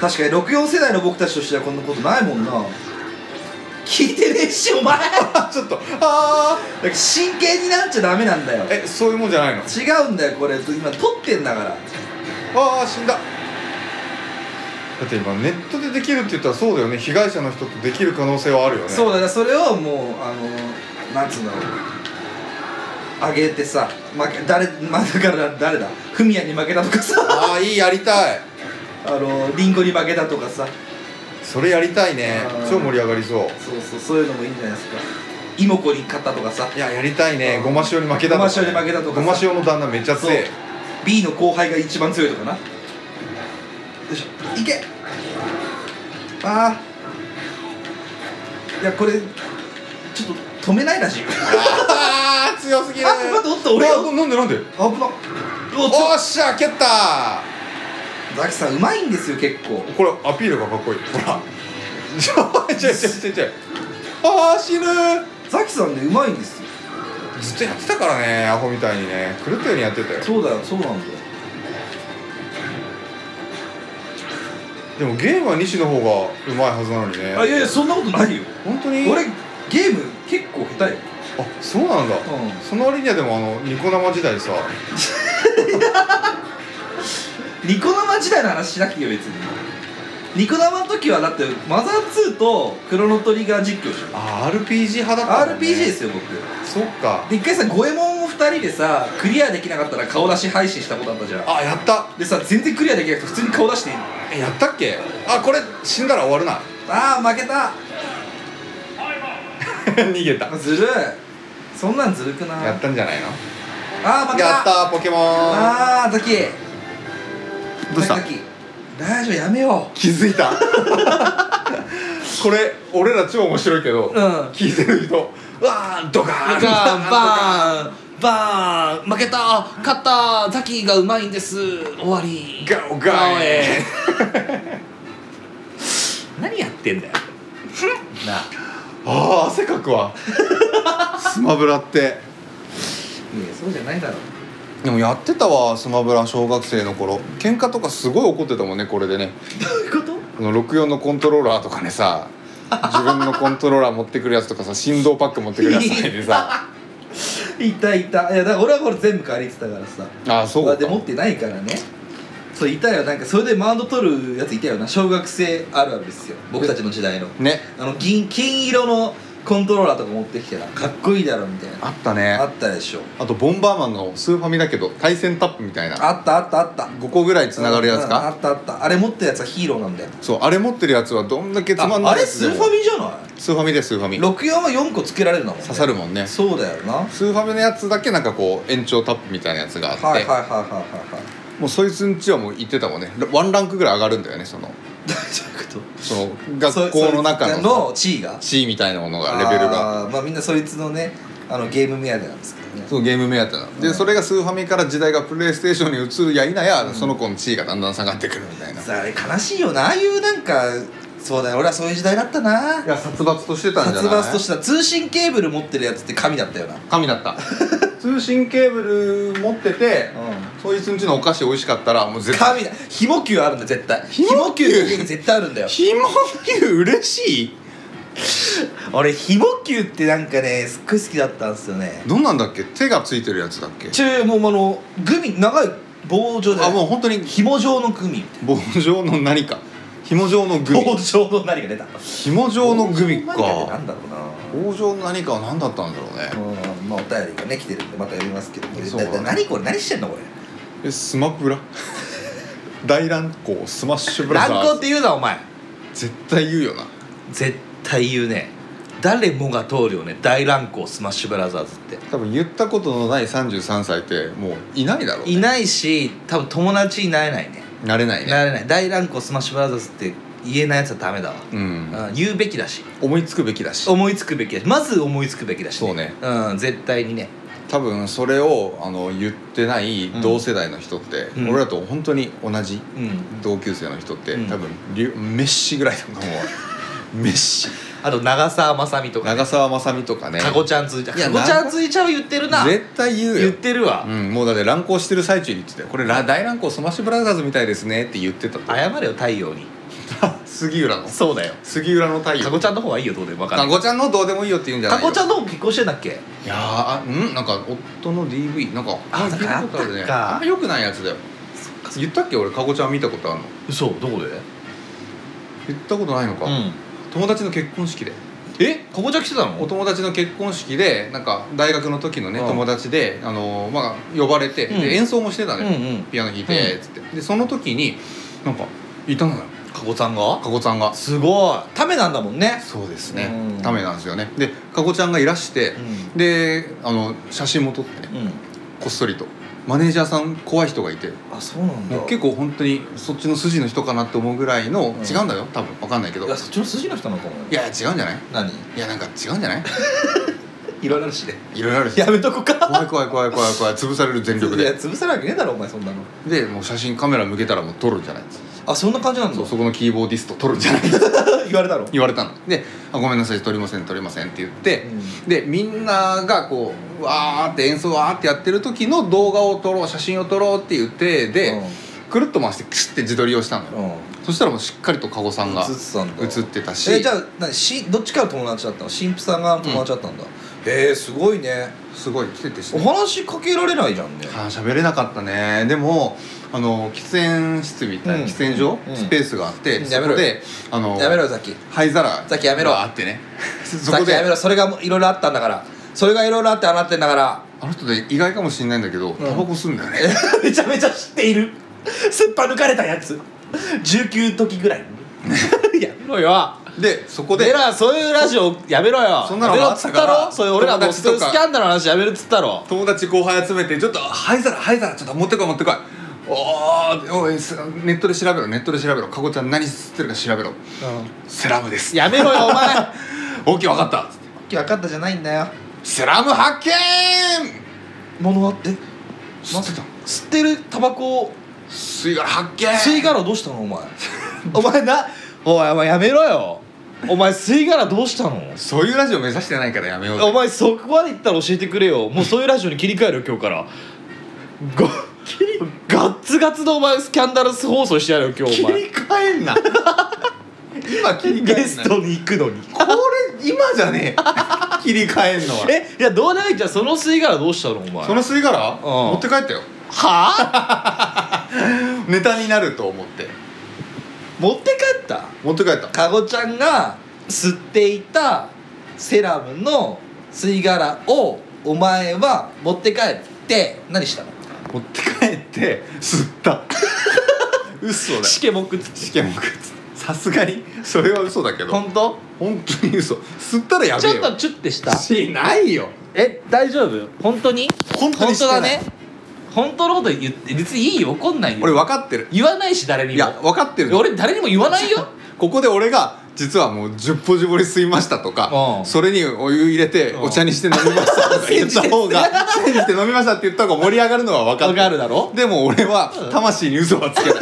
Speaker 1: 確かに64世代の僕たちとしてはこんなことないもんな聞いてねえし
Speaker 2: [laughs]
Speaker 1: お前
Speaker 2: あちょっとああ
Speaker 1: 真剣になっちゃダメなんだよ
Speaker 2: えそういうもんじゃないの
Speaker 1: 違うんだよこれ今撮ってんだから
Speaker 2: ああ死んだだって今ネットでできるって言ったらそうだよね被害者の人とできる可能性はあるよね
Speaker 1: そう
Speaker 2: う
Speaker 1: だねそれをもうあのなんつうんだろう上げてさ負け誰、まあ、だから誰だフミヤに負けたとかさ [laughs]
Speaker 2: ああいいやりたい
Speaker 1: あのリンゴに負けたとかさ
Speaker 2: それやりたいね
Speaker 1: あー
Speaker 2: 超盛り上がりそう
Speaker 1: そうそうそういうのもいいんじゃないですかイモコに勝ったとかさ
Speaker 2: いややりたいね
Speaker 1: うん
Speaker 2: ごま塩に負けた
Speaker 1: ごま塩に負けたとかさ
Speaker 2: ごま塩の旦那めっちゃ強い
Speaker 1: B の後輩が一番強いとかなよいしょいけああいやこれちょっと止めないらしい
Speaker 2: ああ強すぎる
Speaker 1: あ待って待って俺
Speaker 2: あなんでなんで
Speaker 1: 危なっ
Speaker 2: おっしゃ蹴った
Speaker 1: ザキさんうまいんですよ結構
Speaker 2: これアピールがかっこいいほらちょいちょいちょいちょいちょいああ死ぬ
Speaker 1: ザキさんねうまいんですよ
Speaker 2: ずっとやってたからねアホみたいにね狂ったようにやってたよ
Speaker 1: そうだよそうなんだよ
Speaker 2: でもゲームは西の方がうまいはずなのにね
Speaker 1: あいやいやそんなことないよ
Speaker 2: 本当に
Speaker 1: 俺ゲーム結構下手よ
Speaker 2: あそうなんだ、
Speaker 1: うん
Speaker 2: その割にはでもあのニコ生時代さ
Speaker 1: ニコ生時代の話しなくていいよ別にニコ生の時はだってマザー2とクロノトリガー実況でしょ
Speaker 2: あー RPG 派だったもん
Speaker 1: RPG
Speaker 2: ね
Speaker 1: ですよ僕
Speaker 2: そっか
Speaker 1: で一回さ五右衛門を2人でさクリアできなかったら顔出し配信したことあったじゃん
Speaker 2: あやった
Speaker 1: でさ全然クリアできなくて普通に顔出していい
Speaker 2: えやったっけあこれ死んだら終わるな [laughs]
Speaker 1: ああ負けた
Speaker 2: 逃げた
Speaker 1: あずるいそんなんずるくない
Speaker 2: やったんじゃないの
Speaker 1: ああ負けた
Speaker 2: やったーポケモン
Speaker 1: ああザキ
Speaker 2: どうした
Speaker 1: ザキラジオやめよ
Speaker 2: 気づいたこれ俺ら超面白いけど、
Speaker 1: ううん
Speaker 2: 聞いてる人わードカー
Speaker 7: ガ
Speaker 2: ン
Speaker 7: ンバーンバーン負けた勝ったザキがうまいんです終わり
Speaker 2: ガオガオエ
Speaker 7: 何やってん
Speaker 1: [laughs]
Speaker 7: だよなあ
Speaker 2: あー汗かく [laughs] わスマブラって
Speaker 1: いやそうじゃないだろ
Speaker 2: でもやってたわスマブラ小学生の頃喧嘩とかすごい怒ってたもんねこれでね
Speaker 1: どういうこと
Speaker 2: この64のコントローラーとかねさ自分のコントローラー持ってくるやつとかさ振動パック持ってくるやつとかで
Speaker 1: [laughs]
Speaker 2: さ
Speaker 1: いたいたいやだから俺はこれ全部借りてたからさ
Speaker 2: ああそう
Speaker 1: ま
Speaker 2: か
Speaker 1: あで持ってないからねそういたよなんかそれでマウンド取るやついたよな小学生あるあるですよ僕たちの時代の
Speaker 2: ね
Speaker 1: あの銀金色のコントローラーとか持ってきてなかっこいいだろみたいな
Speaker 2: あったね
Speaker 1: あったでしょ
Speaker 2: あとボンバーマンのスーファミだけど対戦タップみたいな
Speaker 1: あったあったあった
Speaker 2: 5個ぐらいつながるやつ
Speaker 1: うんあ
Speaker 2: か
Speaker 1: ったあったあれ持ってるやつはヒーローなんだよ
Speaker 2: そうあれ持ってるやつはどんだけつまん
Speaker 1: あ
Speaker 2: な
Speaker 1: あ
Speaker 2: い
Speaker 1: れ
Speaker 2: やつ
Speaker 1: ス
Speaker 2: で
Speaker 1: ー
Speaker 2: も
Speaker 1: ファミじゃない
Speaker 2: スーファミでスーファミ刺
Speaker 1: 64は4個つけられるんだもんね
Speaker 2: さるもんね
Speaker 1: そうだよなはい
Speaker 2: スーファミのやつだけなんかこう延長タップみたいなやつがあって、
Speaker 1: はいはいはいはいはい
Speaker 2: もうそいつんちはもう行ってたもんねワンランクぐらい上がるんだよねその
Speaker 1: 大丈夫と
Speaker 2: その学校の
Speaker 1: [laughs]
Speaker 2: 中
Speaker 1: そ
Speaker 2: の
Speaker 1: の地位が
Speaker 2: 地位みたいなものがレベルが
Speaker 1: あーまあみんなそいつのねあのゲーム目当てなんですけどね
Speaker 2: そうゲーム目当てなのでそれがスーファミから時代がプレイステーションに移るや否や、その子の地位がだんだん下がってくるみたいない
Speaker 1: あれ悲しいよなああいうなんかそうだよ俺はそういう時代だったな
Speaker 2: や殺伐としてたんじゃ
Speaker 1: 殺
Speaker 2: ない
Speaker 1: 伐とした通信ケーブル持ってるやつって神だったよな
Speaker 2: 神だった [laughs] 通信ケーブル持ってて、
Speaker 1: う
Speaker 2: そいつんちのお菓子美味しかったらもう絶 [laughs] 対
Speaker 1: 神だひも球あるんだ絶対
Speaker 2: ひ
Speaker 1: ひ
Speaker 2: も
Speaker 1: も
Speaker 2: 球
Speaker 1: 球の家に絶対あるんだよ
Speaker 2: ひもきゅう嬉しい
Speaker 5: 俺ひも球ってなんかねすっごい好きだったんですよね
Speaker 2: どんなんだっけ手がついてるやつだっけ
Speaker 5: ちゅうもうあのグミ長い棒状で
Speaker 2: あもう本当に
Speaker 5: 紐状のグミみたい
Speaker 2: 棒状の何か紐状のグ
Speaker 5: な
Speaker 2: ミ
Speaker 5: 棒状の何が出た
Speaker 2: 紐状のグミか
Speaker 5: 棒状の何ってなんだろう
Speaker 2: 棒状の何かは何だったんだろうね
Speaker 5: なうんまあお便りがね来てるんでまた読みますけど
Speaker 2: そうだね
Speaker 5: だだ何これ何してんのこれ
Speaker 2: えスマブラ [laughs] 大乱行スマッシュブラザ
Speaker 1: 乱
Speaker 2: ー
Speaker 1: 行っ
Speaker 2: ズ
Speaker 1: て言うなお前
Speaker 2: 絶対言うよな
Speaker 1: 絶対言うね誰もが通るよね大乱行スマッシュブラザーズって
Speaker 2: 多分言ったことのない33歳ってもういないだろう、ね、
Speaker 1: いないし多分友達になれないね
Speaker 2: なれないね
Speaker 1: なれない大乱行スマッシュブラザーズって言えないやつはダメだわ、
Speaker 2: うん
Speaker 1: うん、言うべきだし
Speaker 2: 思いつくべきだし
Speaker 1: 思いつくべきだしまず思いつくべきだし、
Speaker 2: そうね
Speaker 1: うん絶対にね
Speaker 2: 多分それをあの言ってない同世代の人って、
Speaker 1: うん
Speaker 2: 俺らと本当に同じ
Speaker 1: うん
Speaker 2: 同級生の人って、
Speaker 1: うん
Speaker 2: 多分リュメッシぐらいだと思 [laughs] うメッシ
Speaker 1: あと長澤まさみとか、
Speaker 2: 長
Speaker 1: ね、
Speaker 2: 澤まさみとかね
Speaker 1: かごちゃんついちゃう
Speaker 2: いや
Speaker 1: かごちゃんついちゃう言ってるな
Speaker 2: 絶対言うよ
Speaker 1: 言ってるわ、
Speaker 2: うん、もうだって乱行してる最中に言ってたよこれら大乱行スマッシュブラザーズみたいですねって言ってたと
Speaker 1: 謝れよ太陽に
Speaker 2: 杉浦の
Speaker 1: そうだよ
Speaker 2: 杉浦の太陽
Speaker 1: かごちゃんの方がいいよどうでも分かんな
Speaker 2: か
Speaker 1: い
Speaker 2: ごちゃんのどうでもいいよって言うんじゃな
Speaker 1: か
Speaker 2: い
Speaker 1: ごちゃん
Speaker 2: ん
Speaker 1: の方結婚してんだっけ
Speaker 2: いやーあうんなんか夫の DV なんか
Speaker 1: あ
Speaker 2: 聞いたことある
Speaker 1: なんかあっ
Speaker 2: ね
Speaker 1: たか
Speaker 2: あんま良くないやつだよ言ったっけ俺かごちゃん見たことあるの
Speaker 1: 嘘どこで
Speaker 2: 言ったことないのか、
Speaker 1: うん
Speaker 2: 友達の結婚式で
Speaker 1: えかごちゃん来てた
Speaker 2: お
Speaker 1: の
Speaker 2: 友達の結婚式でなんか大学の時のね
Speaker 1: うん
Speaker 2: 友達で、あのーまあ、呼ばれて、
Speaker 1: うん
Speaker 2: で演奏もしてた
Speaker 1: うん
Speaker 2: の
Speaker 1: う
Speaker 2: よ、
Speaker 1: ん
Speaker 2: ピアノ弾いてっつってでその時になんかいたのよ
Speaker 1: かごちゃんが
Speaker 2: かごちゃんが
Speaker 1: すごいためなんだもんね
Speaker 2: そうですね
Speaker 1: うん
Speaker 2: ためなんですよねでかごちゃんがいらして
Speaker 1: う
Speaker 2: であの写真も撮ってね
Speaker 1: ん、うん、
Speaker 2: こっそりとマネージャーさん怖い人がいて
Speaker 5: あそうなんだ
Speaker 2: もう結構本当にそっちの筋の人かなって思うぐらいの
Speaker 1: うん
Speaker 2: 違うんだよ多分わかんないけど
Speaker 1: い
Speaker 2: い
Speaker 1: やそっちの筋の人なのかもね
Speaker 2: や違うんじゃない
Speaker 1: 何
Speaker 2: いやなんか違うんじゃない
Speaker 1: [laughs] いろいろあるしね
Speaker 2: いろいろあるし
Speaker 1: やめとこか
Speaker 2: 怖い怖い怖い怖い怖い潰される全力
Speaker 1: いや
Speaker 2: で
Speaker 1: 潰せるわけねえだろお前そんなの
Speaker 2: でもう写真カメラ向けたらもう撮るんじゃない
Speaker 1: あそんな感じなんだ
Speaker 2: そうそこのキーボーディスト撮るんじゃない
Speaker 1: 言われたろ
Speaker 2: 言われたのであ「ごめんなさい撮りません撮りません」って言って、でみんながこうわーって演奏わーってやってる時の動画を撮ろう写真を撮ろうっていう体で、くるっと回してクシュって自撮りをしたのよ、
Speaker 5: うん
Speaker 2: そしたらもうしっかりと加護さんが
Speaker 5: 映ってたんだ
Speaker 2: 映ってたし
Speaker 5: えじゃあ何しどっちから友達だったの神父さんが友達だったんだ、へえすごいね
Speaker 2: すごい来ててし
Speaker 5: お話しかけられないじゃんね
Speaker 2: あー喋れなかったねでもあの喫煙室みたいな、
Speaker 5: うん
Speaker 2: 喫煙所、
Speaker 5: うん
Speaker 2: スペースがあって、
Speaker 5: うん
Speaker 2: そ
Speaker 5: やめ
Speaker 2: こ
Speaker 5: ろよ
Speaker 2: であの
Speaker 5: やめろよさっき
Speaker 2: 灰皿
Speaker 5: さっきやめろ
Speaker 2: があって
Speaker 5: [laughs]
Speaker 2: ねそこ
Speaker 5: さっき
Speaker 2: で
Speaker 5: やめろそれがいろいろあったんだからそれがいろいろあってあなってんだから [laughs]
Speaker 2: あの人で意外かもしれないんだけど、タバコ吸うんだよね
Speaker 1: めちゃめちゃ知っている
Speaker 5: [laughs]
Speaker 1: すっぱ抜かれたやつ19時ぐらいやめろよ
Speaker 2: でそこで
Speaker 1: 俺らそういうラジオやめろよ
Speaker 2: そんなの
Speaker 1: やめ
Speaker 2: も
Speaker 1: ろ
Speaker 2: あ
Speaker 1: っ
Speaker 2: っ
Speaker 1: つったた
Speaker 2: から
Speaker 1: ろそれ俺らもう
Speaker 2: 友達
Speaker 1: そうい
Speaker 2: と
Speaker 1: う
Speaker 2: か
Speaker 1: スキャンダルの話やめるっつったろ
Speaker 2: 友達後輩集めて「ちょっと灰皿灰皿ちょっと持ってこい持ってこい」おーおいすネットで調べろネットで調べろかごちゃん何吸ってるか調べろ、セラムです
Speaker 1: やめろよお前
Speaker 2: オッケー分かったっつって
Speaker 5: 分かったじゃないんだよ
Speaker 2: セラム発見
Speaker 5: 物あって
Speaker 2: 吸ってた
Speaker 5: 吸ってるタバコを
Speaker 2: 吸い殻発見
Speaker 5: 吸い殻どうしたのお前
Speaker 1: お前なおいお前やめろよお前吸い殻どうしたの
Speaker 2: そういうラジオ目指してないからやめようぜ
Speaker 1: お前そこまで行ったら教えてくれよもうそういうラジオに切り替えるよ今日からごガッツガツのお前スキャンダルス放送してやるよ今日お前
Speaker 2: 替えんな今切り替えんな
Speaker 1: ゲストに行くのに
Speaker 2: これ今じゃねえ切り替えんのは
Speaker 1: えいやどうないじゃあその吸い殻どうしたのお前
Speaker 2: その吸い殻持って帰ったよ
Speaker 1: はあ
Speaker 2: ネタになると思って
Speaker 1: 持って帰った
Speaker 2: 持って帰った
Speaker 5: かごちゃんが吸っていたセラムの吸い殻をお前は持って帰って何したの
Speaker 2: 持って帰って吸った嘘だよ
Speaker 1: しけもくつ
Speaker 2: 試験も食っさすがにそれは嘘だけど
Speaker 1: 本当
Speaker 2: 本当に嘘吸ったらやべ
Speaker 1: ち
Speaker 2: え
Speaker 1: ょっ
Speaker 2: よ
Speaker 1: とチュッてした
Speaker 2: しないよ
Speaker 1: え大丈夫本当に
Speaker 2: 本当にしてな
Speaker 1: だ
Speaker 2: い
Speaker 1: ね本当のこと言って別にいいよ怒んないよ
Speaker 2: 俺分かってる
Speaker 1: 言わないし誰にも
Speaker 2: いや分かってるの
Speaker 1: 俺誰にも言わないよ
Speaker 2: ここで俺が実はもう10歩絞り吸いましたとか、
Speaker 1: うん
Speaker 2: それにお湯入れて
Speaker 1: うん
Speaker 2: お茶にして飲みましたと
Speaker 1: [laughs]
Speaker 2: か言った方が信じて飲みましたって言った方が盛り上がるのは分かって
Speaker 1: 分かるだろ
Speaker 2: でも俺は魂に嘘はつ
Speaker 1: [laughs]
Speaker 2: けない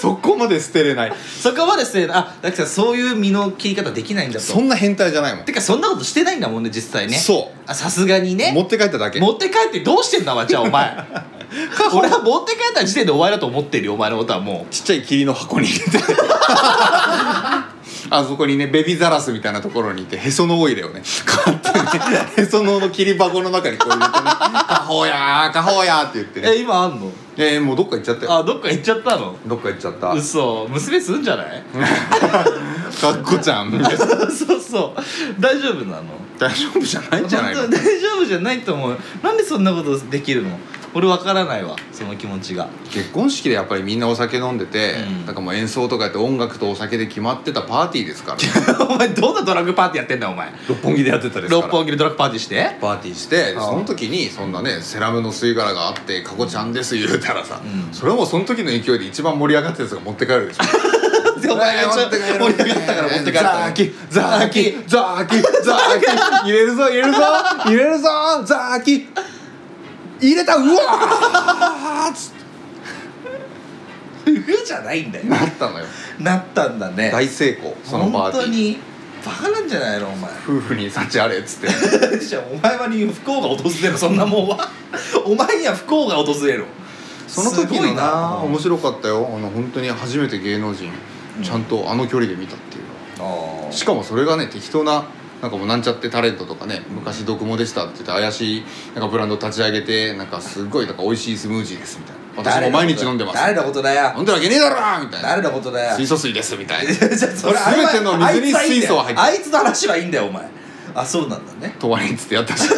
Speaker 2: そこまで捨てれない
Speaker 1: そこまでしてあ
Speaker 5: だけどそういう身の切り方できないんだと
Speaker 2: そんな変態じゃないもん、
Speaker 1: てかそんなことしてないんだもんね実際ね
Speaker 2: そ
Speaker 1: あさすがに
Speaker 2: う
Speaker 1: ね
Speaker 2: 持って帰っただけ
Speaker 1: 持って帰ってどうしてんだわじゃあお前 [laughs] 俺は持って帰った [laughs] 時点でお前だと思ってるよお前のことはもう
Speaker 2: ちっちゃい霧の箱に入れてあそこにねベビーザラスみたいなところにいてへそのオイルをね買って
Speaker 1: [laughs]
Speaker 2: ねへその緒の切り箱の中にこう入れてね「カホやーカホやー」って言ってね
Speaker 1: え今あんの
Speaker 2: えー、もうどっか行っちゃったよ
Speaker 1: あどっか行っちゃったの
Speaker 2: どっか行っちゃった
Speaker 1: 嘘娘すんじゃない
Speaker 2: かっこちゃんみたいな
Speaker 1: [laughs] そうそう大丈夫なの
Speaker 2: [laughs] 大丈夫じゃないんじゃないの
Speaker 1: 本当に大丈夫じゃないと思うなんでそんなことできるの俺わからないわその気持ちが
Speaker 2: 結婚式でやっぱりみんなお酒飲んでて、
Speaker 1: うん
Speaker 2: なんかもう演奏とかやって音楽とお酒で決まってたパーティーですから、ね、
Speaker 1: [laughs] お前どんなドラッグパーティーやってんだよお前
Speaker 2: [laughs] 六本木でやってたですから
Speaker 1: 六本木でドラッグパーティーして
Speaker 2: パーティーして
Speaker 1: ああ
Speaker 2: その時にそんなねセラムの吸い殻があって「かこちゃんです」言うたらさ、
Speaker 1: うん
Speaker 2: それはもうその時の勢いで一番盛り上がったやつが持って帰るでし [laughs] ょ
Speaker 1: [laughs] お前
Speaker 2: [laughs]
Speaker 1: がちょっと盛り上がったから持って帰った
Speaker 2: ザーキザーキザーキザー [laughs] キ入れるぞ入れるぞ入れるぞザーキ入れたうわーっつって
Speaker 1: ふじゃないんだよ
Speaker 2: なったのよ
Speaker 1: なったんだね
Speaker 2: 大成功そのパーティ
Speaker 1: 本
Speaker 2: ー
Speaker 1: 当にバカなんじゃないのお前 [laughs]
Speaker 2: 夫婦に幸あれっつって
Speaker 1: じゃあお前はに不幸が訪れるそんなもん [laughs] はお前には不幸が訪れる
Speaker 2: その時
Speaker 1: すご
Speaker 2: の
Speaker 1: い
Speaker 2: な
Speaker 1: な
Speaker 2: 面白かったよあの本当に初めて芸能人
Speaker 1: うん
Speaker 2: ちゃんとあの距離で見たっていうのは
Speaker 1: あ
Speaker 2: しかもそれがね適当ななんかもうなんちゃってタレントとかね昔毒もでしたって言って怪しいなんかブランド立ち上げてなんかすごいなんか美味しいスムージーですみたいな私も毎日飲んでます
Speaker 1: 誰のことだよ
Speaker 2: 飲んでるわけねえだろみたいな
Speaker 1: 誰のことだよ
Speaker 2: 水素水ですみたいな
Speaker 1: じゃ [laughs] あそれ
Speaker 2: 全ての水に水素は入ってる
Speaker 1: あいつの話はいいんだよお前あそうなんだね
Speaker 2: とわりんつってやったし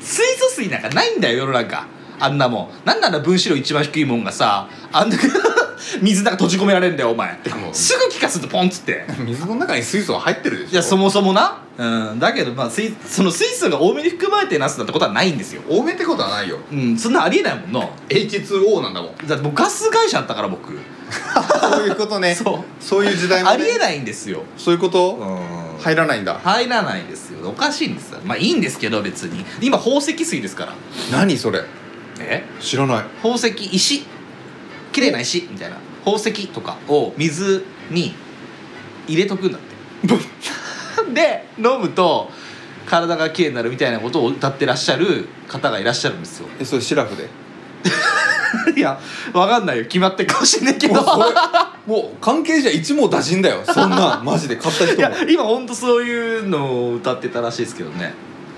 Speaker 1: 水素水なんかないんだよ世の中あんなもんなんなら分子量一番低いもんがさあんな [laughs] 水なんか閉じ込められんだよお前
Speaker 2: も
Speaker 1: すぐ気化するとポンっつって
Speaker 2: 水の中に水素は入ってるでしょ
Speaker 1: いやそもそもなうんだけどまあ水その水素が多めに含まれてなすなんてことはないんですよ
Speaker 2: 多めってことはないよ
Speaker 1: うんそんなありえないもんな
Speaker 2: H2O なんだもん
Speaker 1: だって僕ガス会社だったから僕
Speaker 2: そういうことね
Speaker 1: [laughs] そう
Speaker 2: そういう時代も、ね、
Speaker 1: ありえないんですよ
Speaker 2: そういうこと、
Speaker 1: ん
Speaker 2: 入らないんだ
Speaker 1: 入らないですよおかしいんですよまあいいんですけど別に今宝石水ですから
Speaker 2: 何それ
Speaker 1: え
Speaker 2: 知らない
Speaker 1: 宝石石綺麗な石みたいな宝石とかを水に入れとくんだって [laughs] で飲むと体が綺麗になるみたいなことを歌ってらっしゃる方がいらっしゃるんですよ
Speaker 2: えそれシラ [laughs] フで
Speaker 1: [laughs] いやわかんないよ決まってるかもしんないけど
Speaker 2: もうそれもう関係者一網打尽だよそんな [laughs] マジで買った
Speaker 1: [laughs]
Speaker 2: 人
Speaker 1: い
Speaker 2: も
Speaker 1: や今ほんとそういうのを歌ってたらしいですけどね